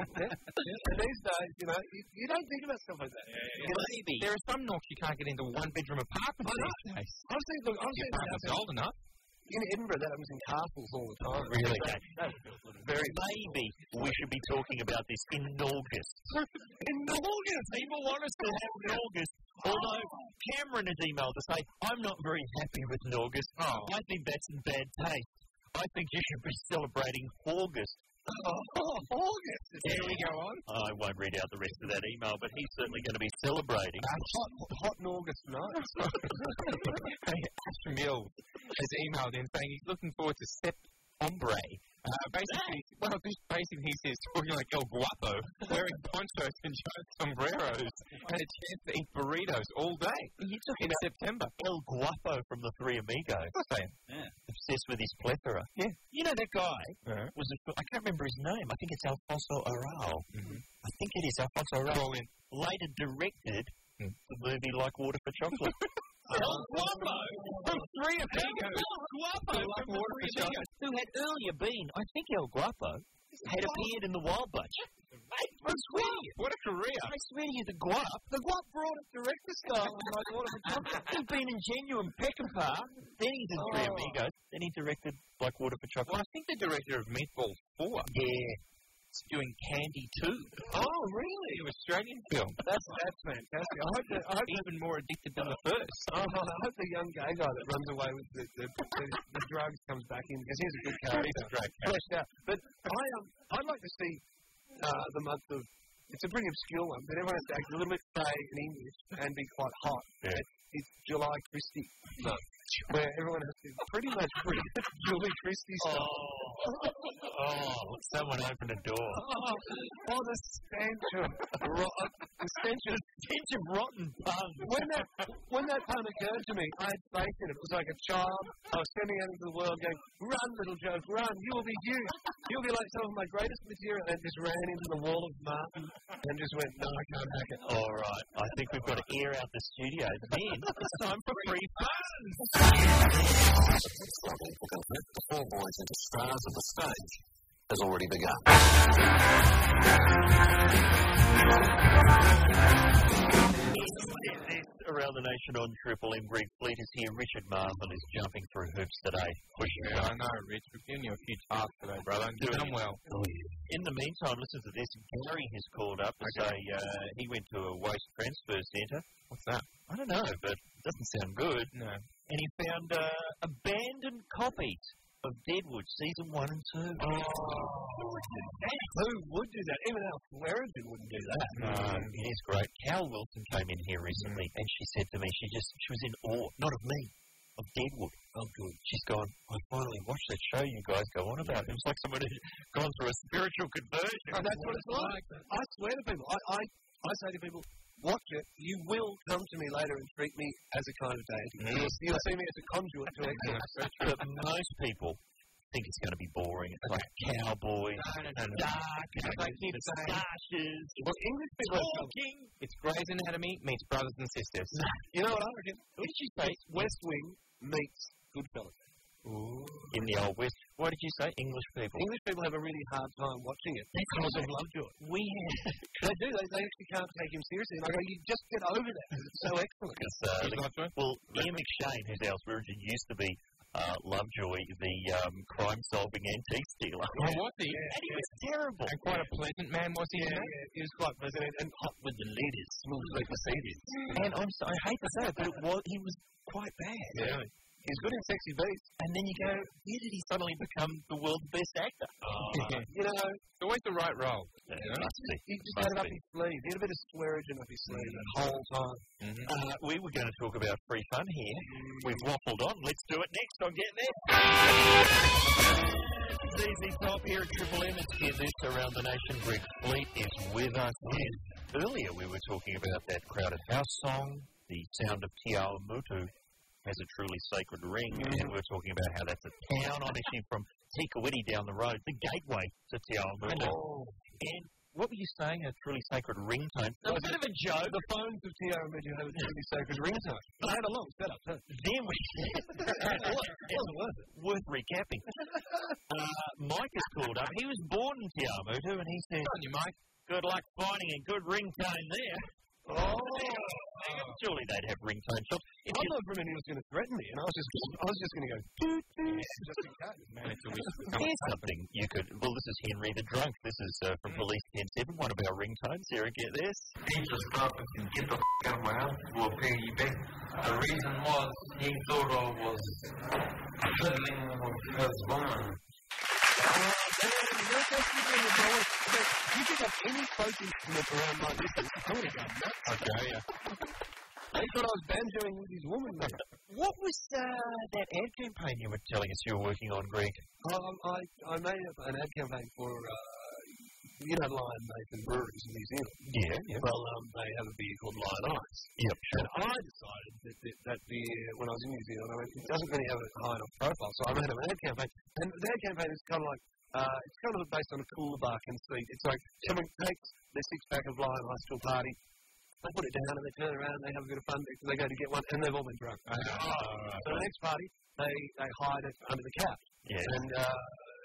[SPEAKER 10] and these days, you know, you, you don't think about stuff like that. You know,
[SPEAKER 2] Maybe. There are some Norks you can't get into one bedroom apartments these days.
[SPEAKER 10] I've seen, look, I've
[SPEAKER 2] Your
[SPEAKER 10] seen that
[SPEAKER 2] apartments
[SPEAKER 10] happen.
[SPEAKER 2] are old enough.
[SPEAKER 10] In Edinburgh, that happens in castles all the time.
[SPEAKER 1] really?
[SPEAKER 10] That, that was built with a very
[SPEAKER 1] Maybe we should be talking about this in August. in August! People want us to have an August. Although Cameron has emailed to say, I'm not very happy with August. I think that's in bad taste. I think you should be celebrating August.
[SPEAKER 10] Oh, August!
[SPEAKER 1] There we go on. I won't read out the rest of that email, but he's certainly going to be celebrating.
[SPEAKER 10] Hot, hot in August nights.
[SPEAKER 2] Ashton Mill has emailed in saying he's looking forward to Sep- hombre. Uh, basically, well, this basically he says talking like El Guapo, wearing ponchos and giant sombreros, and a chance to eat burritos all day in September.
[SPEAKER 1] El Guapo from the Three Amigos. Obsessed with his plethora. Yeah. You know that guy was a, I can't remember his name. I think it's Alfonso Arau. I think it is Alfonso Arau. Later directed the movie Like Water for Chocolate. El Guapo from Three Amigos. El Guapo like Water for Chocolate. Who had earlier been, I think El Guapo had appeared in the Wild Bunch. I swear to you.
[SPEAKER 2] What a career.
[SPEAKER 1] I swear to you, the Guap. The Guap brought us director's Scott. like Water for Chocolate. He'd been in Genuine Peckinpah. Then he did Three Amigos. Then he directed Like Water for Chocolate.
[SPEAKER 2] Oh. Well, I think the director of Meatball 4.
[SPEAKER 1] Yeah. It's doing Candy too.
[SPEAKER 2] Oh, really? An Australian film.
[SPEAKER 10] That's, that's fantastic. I hope that, I hope
[SPEAKER 2] Even more addicted than the first.
[SPEAKER 10] Oh, I hope the young gay guy that runs away with the, the, the, the drugs comes back in because he's a good character.
[SPEAKER 2] He's a great
[SPEAKER 10] Fleshed out. But I, um, I'd like to see uh, the month of. It's a pretty obscure one, but everyone has to act a little bit vague in English and be quite hot. It's July Christie month, where everyone has to pretty much pretty Julie Christie style.
[SPEAKER 1] Oh, someone opened a door.
[SPEAKER 10] Oh, the stench of ro- the stench of, stench of rotten bun. When that when that pun occurred to me, I had faith in it. It was like a charm. I was sending out into the world, going, "Run, little joke, run! You will be huge. You'll be like some of my greatest material." And just ran into the wall of Martin and just went, "No, I can't hack it."
[SPEAKER 1] All right, I think we've got to air out the studio. Then it's time for free fun.
[SPEAKER 15] will convert the four boys into stars of the stage has already begun.
[SPEAKER 1] This around the nation on Triple M. Greg Fleet is here. Richard Marvin is jumping through hoops today, pushing
[SPEAKER 2] Yeah,
[SPEAKER 1] it
[SPEAKER 2] I know, Rich. We've given you a few tasks today, brother. You've done well.
[SPEAKER 1] In the meantime, listen to this. Gary has called up to say uh, he went to a waste transfer centre.
[SPEAKER 2] What's that?
[SPEAKER 1] I don't know, but it doesn't sound good.
[SPEAKER 2] No.
[SPEAKER 1] And he found uh, abandoned copies of Deadwood season one and two.
[SPEAKER 10] Oh. Who would do that? Even Al Swearingen wouldn't do that.
[SPEAKER 1] No, it is great. Cal Wilson came in here recently,
[SPEAKER 10] Mm.
[SPEAKER 1] and she said to me, she just she was in awe, not of me, of Deadwood. Oh, good. She's gone. I finally watched that show you guys go on about. It was like someone had gone through a spiritual conversion.
[SPEAKER 10] And Oh, that's what it's like. I swear to people, I, I, I say to people, watch it. You will come to me later and treat me as a kind of deity. You'll, you'll see me as a conduit to excellence.
[SPEAKER 1] Mm-hmm. But most people think it's going to be boring. It's like cowboys, dark, it's like moustaches,
[SPEAKER 10] Well, English people have come.
[SPEAKER 1] talking.
[SPEAKER 2] It's Grey's Anatomy meets Brothers and Sisters.
[SPEAKER 10] You know what I reckon? What did you say? West Wing meets Goodfellas.
[SPEAKER 1] In the old west, what did you say? English people.
[SPEAKER 10] English people have a really hard time watching it because of Lovejoy.
[SPEAKER 1] We had
[SPEAKER 10] They do. They, they actually can't take him seriously. And I go, you just get over that. It's so excellent.
[SPEAKER 1] because uh, the Well, Ian McShane, who's our origin, used to be uh, Lovejoy, the um, crime-solving antique dealer.
[SPEAKER 2] Oh, was he?
[SPEAKER 1] And he was terrible.
[SPEAKER 2] And quite a pleasant man, was he?
[SPEAKER 10] Yeah,
[SPEAKER 2] Jack?
[SPEAKER 10] yeah, he was quite pleasant and- and hot with the ladies. Smooth like Mercedes.
[SPEAKER 1] And I'm so, I hate to say it, but it was, he was quite bad.
[SPEAKER 10] Yeah. He's good in Sexy Beast.
[SPEAKER 1] And then you go, where did he suddenly become the world's best actor?
[SPEAKER 10] You know,
[SPEAKER 2] It's always the right role.
[SPEAKER 1] Yeah, must be.
[SPEAKER 10] He just
[SPEAKER 1] Must
[SPEAKER 10] had it up
[SPEAKER 1] be.
[SPEAKER 10] his sleeve. He had a bit of swearing up his sleeve the whole time.
[SPEAKER 1] Uh, we were going to talk about free fun here. We've waffled on. Let's do it next on Get This. ZZ Top here at Triple M. It's Get This Around the Nation. Greg Fleet is with us. And earlier we were talking about that Crowded House song, The Sound of Te Ao Mutu has a truly sacred ring, and we we're talking about how that's a town, obviously from Tikawiti down the road, the gateway to Te Ao Mutu. And what were you saying? A truly sacred ringtone? It was a bit of a joke.
[SPEAKER 10] The phones of T.O. Medu have a really sacred ringtone. They had a long setup, too.
[SPEAKER 1] Then we. it's worth, worth recapping. Uh, Mike has called up. He was born in Tiamutu and he said,
[SPEAKER 2] On you, Mike.
[SPEAKER 1] Good luck finding a good ringtone there. Oh. Surely they'd have ringtone shops. If
[SPEAKER 10] I
[SPEAKER 1] you-
[SPEAKER 10] thought Remini was going to threaten me, and I was just, I was just going to go, doot, doot, just in case.
[SPEAKER 2] Managed to wish to come
[SPEAKER 1] Here's something you could. Well, this is Henry the Drunk. This is uh,
[SPEAKER 2] Mm.
[SPEAKER 1] from Police 10 7, one of our ringtones. Here, get this.
[SPEAKER 15] Peter stopped and said, get the f- out of my house, we'll pay you back. The reason was he thought I was fiddling with his woman.
[SPEAKER 10] You pick up any clothing slip around my distance, I'm going to go nuts.
[SPEAKER 2] Okay, yeah.
[SPEAKER 10] He thought I was banjoing with his woman.
[SPEAKER 1] What was uh, that ad campaign you were telling us you were working on, Greg?
[SPEAKER 10] Um, I, I made up an ad campaign for, uh, you know, Lion Nathan Breweries in New Zealand.
[SPEAKER 1] Yeah, yeah.
[SPEAKER 10] Well, um, they have a beer called Lion Ice.
[SPEAKER 1] Yep.
[SPEAKER 10] And I decided that, that that beer, when I was in New Zealand, I went, it doesn't really have a high enough profile, so I made up an ad campaign. And the ad campaign is kind of like, uh, it's kind of based on a cooler bar conceit. It's like someone takes their six pack of Lion Ice to a party, they put it down and they turn around and they have a bit of fun. They, they go to get one and they've all been drunk. So the next party, they, they hide it under the couch.
[SPEAKER 1] Yeah.
[SPEAKER 10] And uh,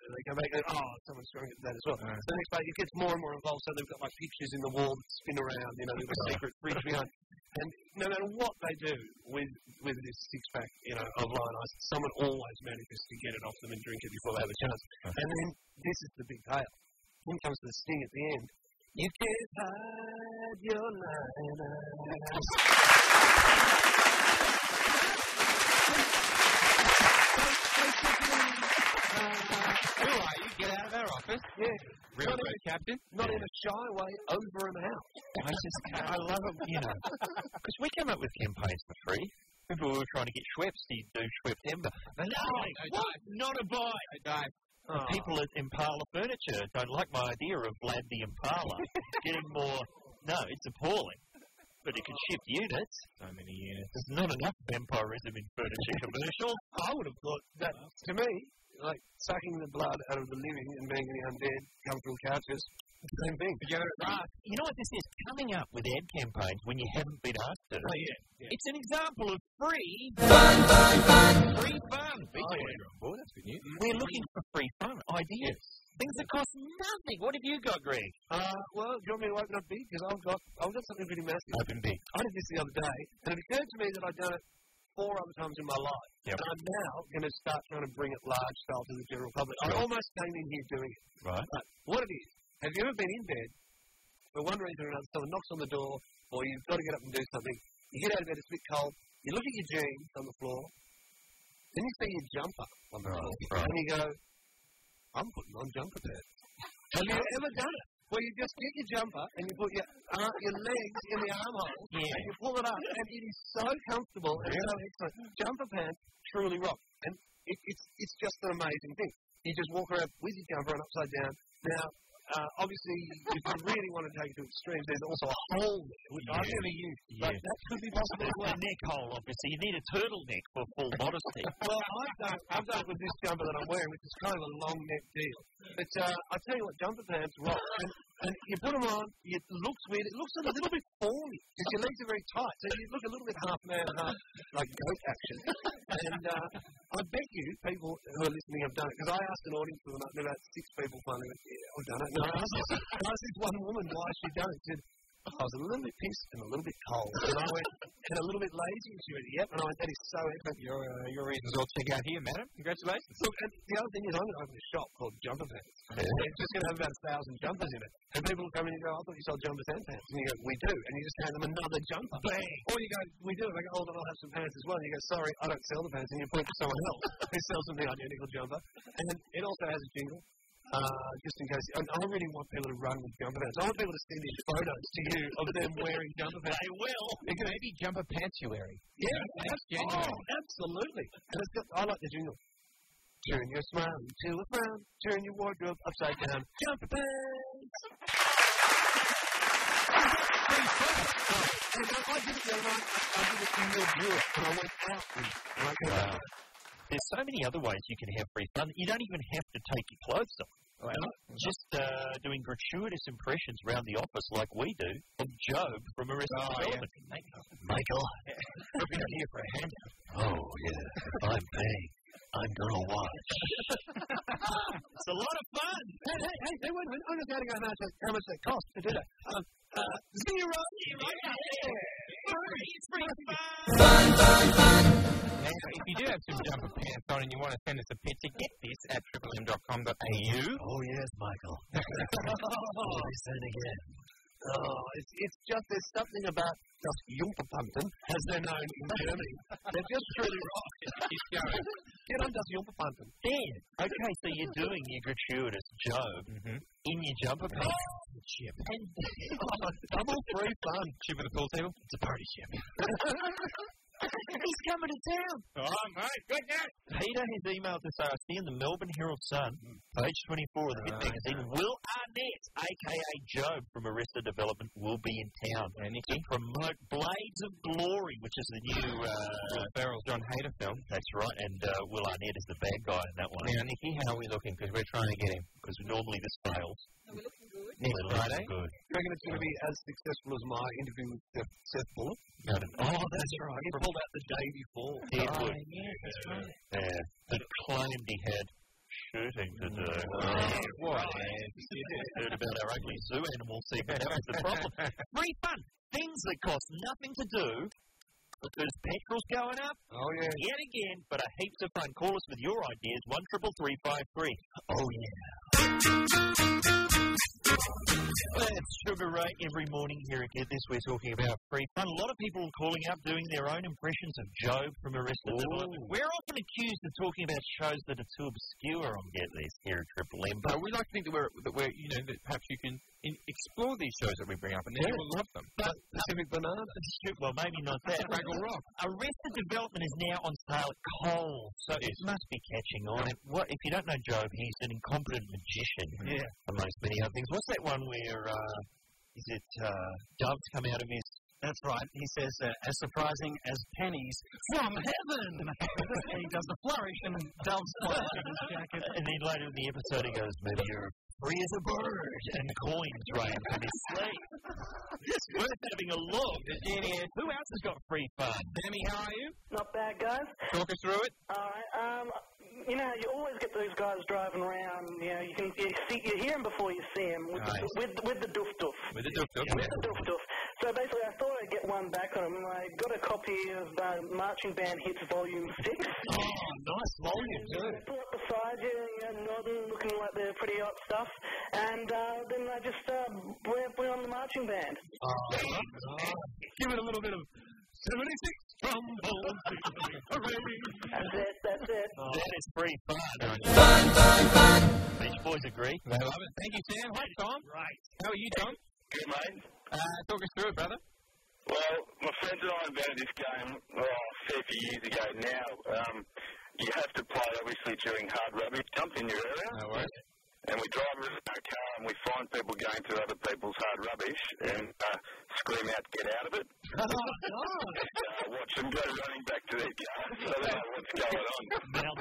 [SPEAKER 10] they come back and oh, someone's throwing at that as well. So the next party, it gets more and more involved. So they've got like pictures in the wall that spin around, you know, there's a secret fridge behind. And no matter what they do with with this six pack, you know, of lion ice, someone always manages to get it off them and drink it before they have a chance. And then this is the big payoff. Then comes the sting at the end. You can't hide your lion eyes.
[SPEAKER 2] Who are you? Get out of our office.
[SPEAKER 10] Yeah.
[SPEAKER 2] Real
[SPEAKER 10] Not
[SPEAKER 2] good,
[SPEAKER 10] in-
[SPEAKER 2] Captain.
[SPEAKER 10] Not in a shy way, over and out.
[SPEAKER 1] I just, I love it, you know, because we came up with campaigns for free. Remember, we were trying to get Schweppes to do Schweppes Ember. But no, what? Not a buy. The people at Impala Furniture don't like my idea of Vlad the Impala getting more. No, it's appalling. But it can ship units. So many units. There's not enough vampirism in furniture commercials.
[SPEAKER 10] I would have thought that, to me, like sucking the blood out of the living and being the undead, come from couches, same thing. Together at
[SPEAKER 1] Ah, you know what this is? Coming up with ad campaigns when you haven't been asked to. Oh, yeah. It's an example of free fun, fun, fun. Oh, Free fun.
[SPEAKER 2] Boy, that's good news.
[SPEAKER 1] We're looking for free fun ideas. Things that cost nothing. What have you got, Greg?
[SPEAKER 10] Uh, well, do you want me to open up big? Because I've got, I've got something pretty massive.
[SPEAKER 1] Open big.
[SPEAKER 10] I did this the other day, and it occurred to me that I'd done it four other times in my life.
[SPEAKER 1] Yep.
[SPEAKER 10] And I'm now going to start trying to bring it large style to the general public. I
[SPEAKER 1] Sure.
[SPEAKER 10] almost came in here doing it.
[SPEAKER 1] Right.
[SPEAKER 10] But what it is, have you ever been in bed, for one reason or another, someone knocks on the door, or you've got to get up and do something, you get out of bed, it's a bit cold, you look at your jeans on the floor, then you see your jumper on the floor, and you go, I'm putting on jumper pants. Have you ever done it? Well, you just get your jumper and you put your uh, your legs in the armhole and you pull it up, and it is so comfortable and so excellent. Jumper pants truly rock, and it, it's it's just an amazing thing. You just walk around with your jumper on upside down. Now, uh, obviously, if you really want to take it to extremes, there's also a hole there, which I've
[SPEAKER 1] Yeah.
[SPEAKER 10] never used, but
[SPEAKER 1] Yeah.
[SPEAKER 10] that could be possible as well.
[SPEAKER 1] a neck hole, obviously. You need a turtleneck for full modesty.
[SPEAKER 10] Well, I've done, I've done it with this jumper that I'm wearing, which is kind of a long neck deal. But uh, I tell you what, jumper pants rock. And, and you put them on, it looks weird. It looks a little bit formy because your legs are very tight, so you look a little bit half man, half like goat action. And uh, I bet you people who are listening have done it because I asked an audience of about, about six people finally, went, yeah, I've done it. And I asked, this, I asked this one woman why she'd done it. She said, "Oh, I was a little bit pissed and a little bit cold. And I went, and a little bit lazy. And she went, yep. And I went, that is so excellent. Your, uh, your reasons all check out here, madam. Congratulations. Look, and the other thing is, I'm going to open a shop called Jumper Pants. And It's just going to have about a thousand jumpers in it. And people will come in and go, I thought you sold jumpers and pants. And you go, we do. And you just hand them another jumper. Bang. Or you go, we do. And they go, oh, then I'll have some pants as well. And you go, sorry, I don't sell the pants. And you point to someone else who sells them the identical jumper. And it also has a jingle uh, just in case. And I really want people to run with jumper pants. I want people to send in photos to you of them wearing jumper pants. They will.
[SPEAKER 2] Maybe jumper pants you're wearing.
[SPEAKER 10] Yeah,
[SPEAKER 2] That's
[SPEAKER 10] ab-
[SPEAKER 2] genuine.
[SPEAKER 10] Oh, absolutely. And it's got, I like the jingle. Turn your smile into a frown. Turn your wardrobe upside down. Jumper pants. And I, I did it the other night. I did it in Mildura, and I went out with it. And I came back.
[SPEAKER 1] There's so many other ways you can have free fun. You don't even have to take your clothes off. Just uh, doing gratuitous impressions round the office like we do of Job from Arrested
[SPEAKER 2] Oh, yeah.
[SPEAKER 1] Development. Michael, we're not here for a handout. Oh, yeah. I'm paying. I'm going to watch. it's a lot of fun.
[SPEAKER 10] Hey, hey, hey, hey, wait a minute. I'm just going to go and ask how much that costs to do that. Um, uh, zero.
[SPEAKER 1] It's free fun.
[SPEAKER 2] Now, if you do have some jumper pants on and you want to send us a picture, get this at triplem.com.au.
[SPEAKER 1] Oh, yes, Michael. Listen again.
[SPEAKER 10] Oh, it's, it's just there's something about just Jumperpunkten, as they're known in Germany. they're just truly rock. Get on just Jumperpunkten.
[SPEAKER 1] Then,
[SPEAKER 2] Mm-hmm.
[SPEAKER 10] Oh,
[SPEAKER 1] okay, so you're doing your gratuitous Job in your jumper pants. ship. double free fun. Ship at the pool table? It's a party ship.
[SPEAKER 16] He's coming to town.
[SPEAKER 1] Oh, my goodness. Peter has emailed this RC in the Melbourne Herald Sun, page 24 of the Hit magazine. Will Arnett, aka Job from Arrested Development, will be in town to promote Blades of Glory, which is the new uh, Farrell's John Hader film. That's right, and uh, Will Arnett is the bad guy in that one. Now, Nikki, how are we looking? Because we're trying to get him. Because normally this fails.
[SPEAKER 16] Are we looking good?
[SPEAKER 1] Next Friday. Good.
[SPEAKER 10] You reckon it's going to be as successful as my interview with Seth, Seth Bullock?
[SPEAKER 1] Oh, that's right.
[SPEAKER 10] He pulled out the day before.
[SPEAKER 1] He would. Yeah, the claim he had shooting to do. What? You just heard about our ugly zoo animal segment. That was the problem. Free fun. Things that cost nothing to do because petrol's going up.
[SPEAKER 10] Oh, yeah.
[SPEAKER 1] Yet again, but a heaps of fun. Call us with your ideas. One triple three five three. Oh yeah. That's Sugar Ray every morning here at Get This. We're talking about free fun. A lot of people are calling up doing their own impressions of Job from Arrested Development. We're often accused of talking about shows that are too obscure on Get This here at Triple M.
[SPEAKER 2] But we like to think that we're, that we're you know, that perhaps you can in, explore these shows that we bring up and then
[SPEAKER 1] Yeah.
[SPEAKER 2] you'll love them.
[SPEAKER 1] But-
[SPEAKER 2] Pacific Banana.
[SPEAKER 1] Well, maybe not that.
[SPEAKER 2] Fraggle Rock.
[SPEAKER 1] Arrested Development is now on sale at Coles, so it must be catching on. And What if you don't know Job? He's an incompetent magician,
[SPEAKER 10] Yeah.
[SPEAKER 1] amongst many other things. What's that one where uh, is it uh, doves come out of his?
[SPEAKER 17] That's right. He says, uh, as surprising as pennies from heaven. and he does the flourish and doves fly out of his jacket.
[SPEAKER 1] And then later in the episode, he goes, "Maybe you're free as a bird," and coins rain from his sleeve. It's worth having a look. Who else has got free fun?
[SPEAKER 2] Sammy, how are you?
[SPEAKER 18] Not bad, guys.
[SPEAKER 2] Talk us through it.
[SPEAKER 18] Alright, um, you know, you always get those guys driving around, you know, you can you, see, you hear them before you see them with,
[SPEAKER 2] Nice.
[SPEAKER 18] the, with, with the doof doof.
[SPEAKER 2] With the doof doof.
[SPEAKER 18] With the doof doof. So basically, I thought I'd get one back on them. I got a copy of uh, Marching Band Hits Volume 6.
[SPEAKER 1] Oh, nice volume, too.
[SPEAKER 18] Pull up beside you, you know, nodding, looking like they're pretty hot stuff. And uh, then I just uh, went, went on the marching band.
[SPEAKER 1] Oh, Give it a little bit of 76 trombone.
[SPEAKER 18] That's it, that's it.
[SPEAKER 1] That is free fun. Fun, fun, fun. Beach Boys agree.
[SPEAKER 2] They love it. Thank you, Sam. Hi, Tom.
[SPEAKER 18] Right.
[SPEAKER 2] How are you, Tom?
[SPEAKER 9] Good, mate.
[SPEAKER 2] Uh, talk us through it, brother.
[SPEAKER 9] Well, my friends and I invented this game, well, a fair few years ago now. Um, you have to play, obviously, during hard rubbish dump in your area.
[SPEAKER 2] No worries.
[SPEAKER 9] And we drive around our car and we find people going through other people's hard rubbish and uh, scream out, get out of it.
[SPEAKER 2] Oh,
[SPEAKER 9] and, uh, watch them go running back to their car so they know what's going on.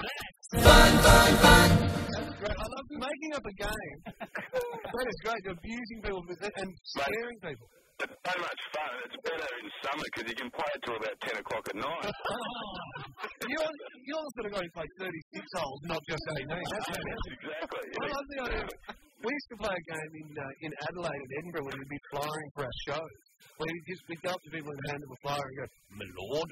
[SPEAKER 10] Great. I love making up a game. that is great. Abusing people and- and scaring people.
[SPEAKER 9] It's so much fun. It's better in summer because you can play it till about 10 o'clock at night.
[SPEAKER 10] Oh. You're, you're the sort of guy who plays 36 holes, not just 18. That's fantastic.
[SPEAKER 9] exactly.
[SPEAKER 10] I love the idea. of- We used to play a game in uh, in Adelaide and Edinburgh when we'd be flying for our show. Where we'd, just, we'd go up to people and hand them a flyer and go, My lord,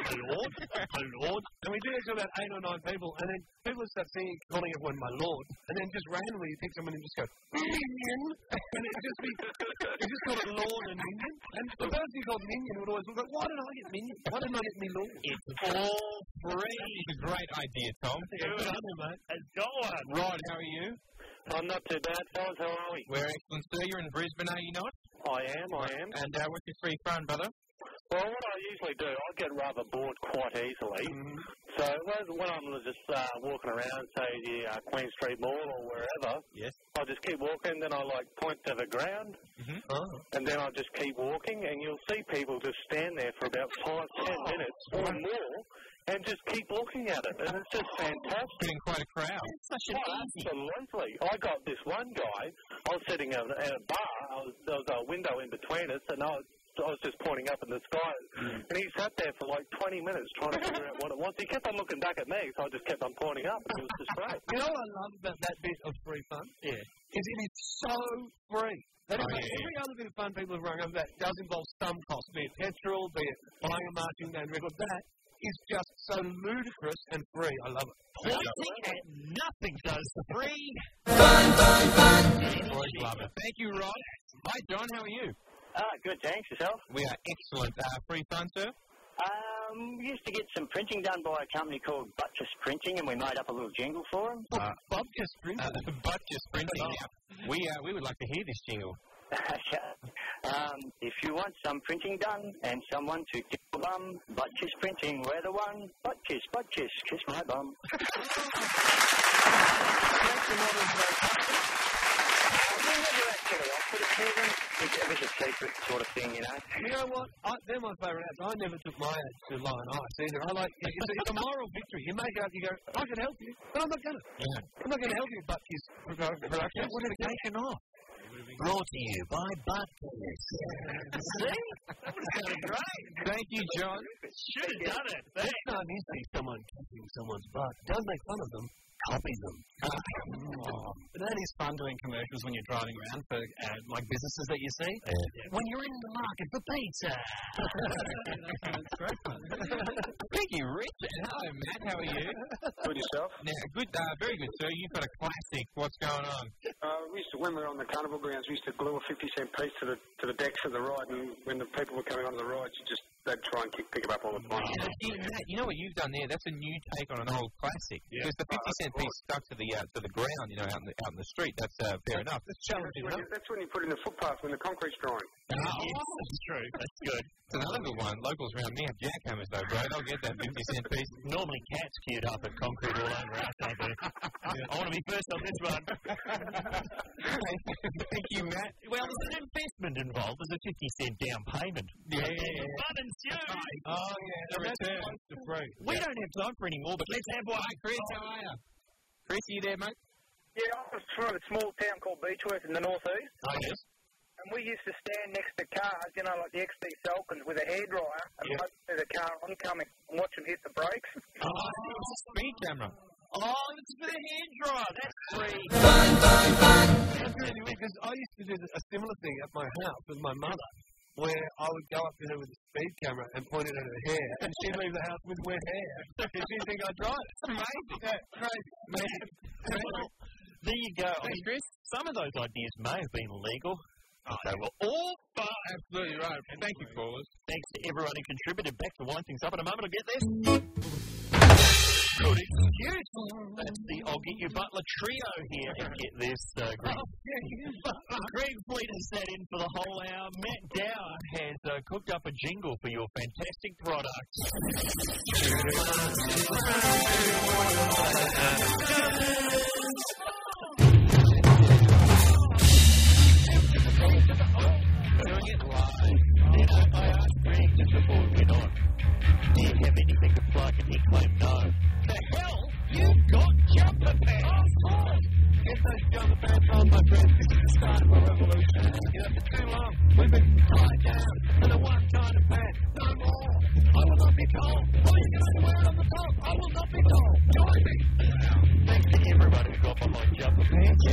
[SPEAKER 10] my lord, my lord. And we did it to about eight or nine people, and then people would start singing, calling everyone my lord, and then just randomly you pick someone and just go, Minion! And it'd just be, you just called it lord and minion. And the person who called minion would always look like, Why did I get minion? Why didn't I get me lord? It's
[SPEAKER 1] all free.
[SPEAKER 2] It's a great idea, Tom. Rod, how are you?
[SPEAKER 11] I'm not too bad, fellas. How are we?
[SPEAKER 2] We're excellent, sir. You're in Brisbane, are you not?
[SPEAKER 11] I am, I am.
[SPEAKER 2] And uh, what's your free phone, brother?
[SPEAKER 11] Well, what I usually do, I get rather bored quite easily. So when- when I'm just uh, walking around, say the uh, Queen Street Mall or wherever,
[SPEAKER 2] Yes.
[SPEAKER 11] I'll just keep walking. Then I like point to the ground,
[SPEAKER 2] Oh,
[SPEAKER 11] and then I just keep walking, and you'll see people just stand there for about five, ten minutes or more, and just keep looking at it, and it's just fantastic.
[SPEAKER 2] Getting quite a crowd.
[SPEAKER 11] Oh, absolutely. I got this one guy. I was sitting at at a bar. I was, there was a window in between us, and I was, I was just pointing up in the sky. And he sat there for like 20 minutes trying to figure out what it was. He kept on looking back at me, so I just kept on pointing up. It was just great.
[SPEAKER 10] You know what I love about that bit of free fun?
[SPEAKER 11] Yeah.
[SPEAKER 10] Is it is so free. That is
[SPEAKER 11] Oh,
[SPEAKER 10] like
[SPEAKER 11] yeah.
[SPEAKER 10] every other bit of fun people have rung over that does involve some cost, be it petrol, be it buying a marching band record. That is just so ludicrous and free. I love it.
[SPEAKER 1] Pointing at nothing does free.
[SPEAKER 2] Always love it. Thank you, Rod. Hi, John. How are you?
[SPEAKER 11] Ah, good. Thanks. Yourself?
[SPEAKER 2] We are excellent. Uh, free phone, sir?
[SPEAKER 11] Um, Um, we used to get some printing done by a company called Buttress Printing, and we made up a little jingle for them.
[SPEAKER 2] Uh, Buttress Printing? Uh, Buttress Printing, yeah. We, uh, we would like to hear this jingle.
[SPEAKER 11] yeah. Um, if you want some printing done and someone to kiss your bum, Butch's Printing, we're the one. Butch's, Butch's, kiss my bum. it was a secret sort of thing, you know.
[SPEAKER 10] You know what? I, they're my favourite ads. I never took my ads to Lion Ice either. I like it's, a- it's a moral victory. You make it up, you go, I can help you, but I'm not gonna. I'm not gonna help you, but his production would have taken off.
[SPEAKER 19] Brought to you by Buckley's. See? That was sounded great.
[SPEAKER 2] Thank you, John.
[SPEAKER 19] Should have done it.
[SPEAKER 10] Next time you see someone kissing someone's butt, don't make fun of them. Copy them.
[SPEAKER 20] But that is fun doing commercials when you're driving around for uh, like businesses that you see. When you're in the market for pizza.
[SPEAKER 2] Thank you, Richard. Hello, Matt. How are you?
[SPEAKER 21] Good yourself.
[SPEAKER 2] Now, good, uh, very good, sir. You've got a classic. What's going on?
[SPEAKER 21] Uh, we used to, when we were on the carnival grounds, we used to glue a 50 cent piece to the to the decks of the ride, and when the people were coming onto the rides, you just they'd try and kick, pick them up
[SPEAKER 1] Mm.
[SPEAKER 21] all the time.
[SPEAKER 2] Yeah, you, Matt, you know what you've done there? That's a new take on an old classic. Because the 50 cent piece stuck to the uh, to the ground, you know, out in the, out in the street. That's uh, fair enough. That's challenging
[SPEAKER 21] When you- That's when you put in the footpath when the concrete's drying.
[SPEAKER 2] Ah, That's true. That's good. It's another oh. good one. Locals around me have jackhammers, though, bro. They'll get that 50 cent piece.
[SPEAKER 1] Normally, cats queued up at concrete all over us, don't they? I want to be first on this one.
[SPEAKER 2] Thank you, Matt.
[SPEAKER 1] Well, there's an investment involved. There's a 50 cent down payment.
[SPEAKER 2] Yeah, yeah,
[SPEAKER 1] yeah.
[SPEAKER 2] Oh, yeah. The return. The fruit.
[SPEAKER 1] We don't have time for any more, but let's have one.
[SPEAKER 2] Hi, Chris. How are you? Chris, are you there, mate?
[SPEAKER 22] Yeah, I was from a small town called Beechworth in the northeast.
[SPEAKER 2] Oh, yes.
[SPEAKER 22] And we used to stand next to cars, you know, like the XD Falcons with a hairdryer and
[SPEAKER 2] Yeah.
[SPEAKER 22] hope for the car oncoming and watch them hit the brakes.
[SPEAKER 2] Oh, it's a speed camera.
[SPEAKER 1] Oh, it's for the hand draw. That's free.
[SPEAKER 10] That's really weird because I used to do a similar thing at my house with my mother, where I would go up to her with a speed camera and point it at her hair, and she'd leave the house with wet hair. And she'd think I'd drive. It's amazing. Yeah, crazy. Man.
[SPEAKER 1] There you go. I mean, Some of those ideas may have been illegal. Okay, well, all fun.
[SPEAKER 2] Absolutely right. Thank you, callers.
[SPEAKER 1] Thanks to everyone who contributed. Back to wind things up in a moment. I'll get this. Good excuse. That's the I'll Get You Butler trio here. And get this, uh, Greg. Greg Fleet has sat in for the whole hour. Matt Dower has uh, cooked up a jingle for your fantastic product. Doing it live. Then I, I asked Greg just before we went on, do you have anything to plug? And he claimed no. The hell? You've got jumper pants! Of course! Get those jumper pants on, my friend. This is the start of a revolution. You know, for too long, we've been tied down to the one kind of pants. No more! I will not be told. What are you going to wear on the top? I will not be told. Join me! Thanks to everybody who got behind jumper pants.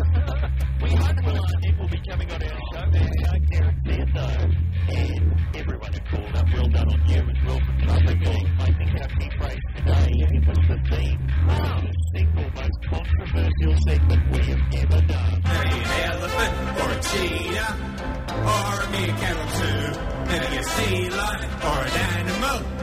[SPEAKER 1] we hope Will Arnett will be coming on our show. We don't guarantee it, though. And everyone who called up, well done on you as well for coming. I think our key phrase today was the theme of the single most controversial segment we have ever done.
[SPEAKER 9] an elephant or a cheetah or a meerkat or two. Maybe a sea lion or an animal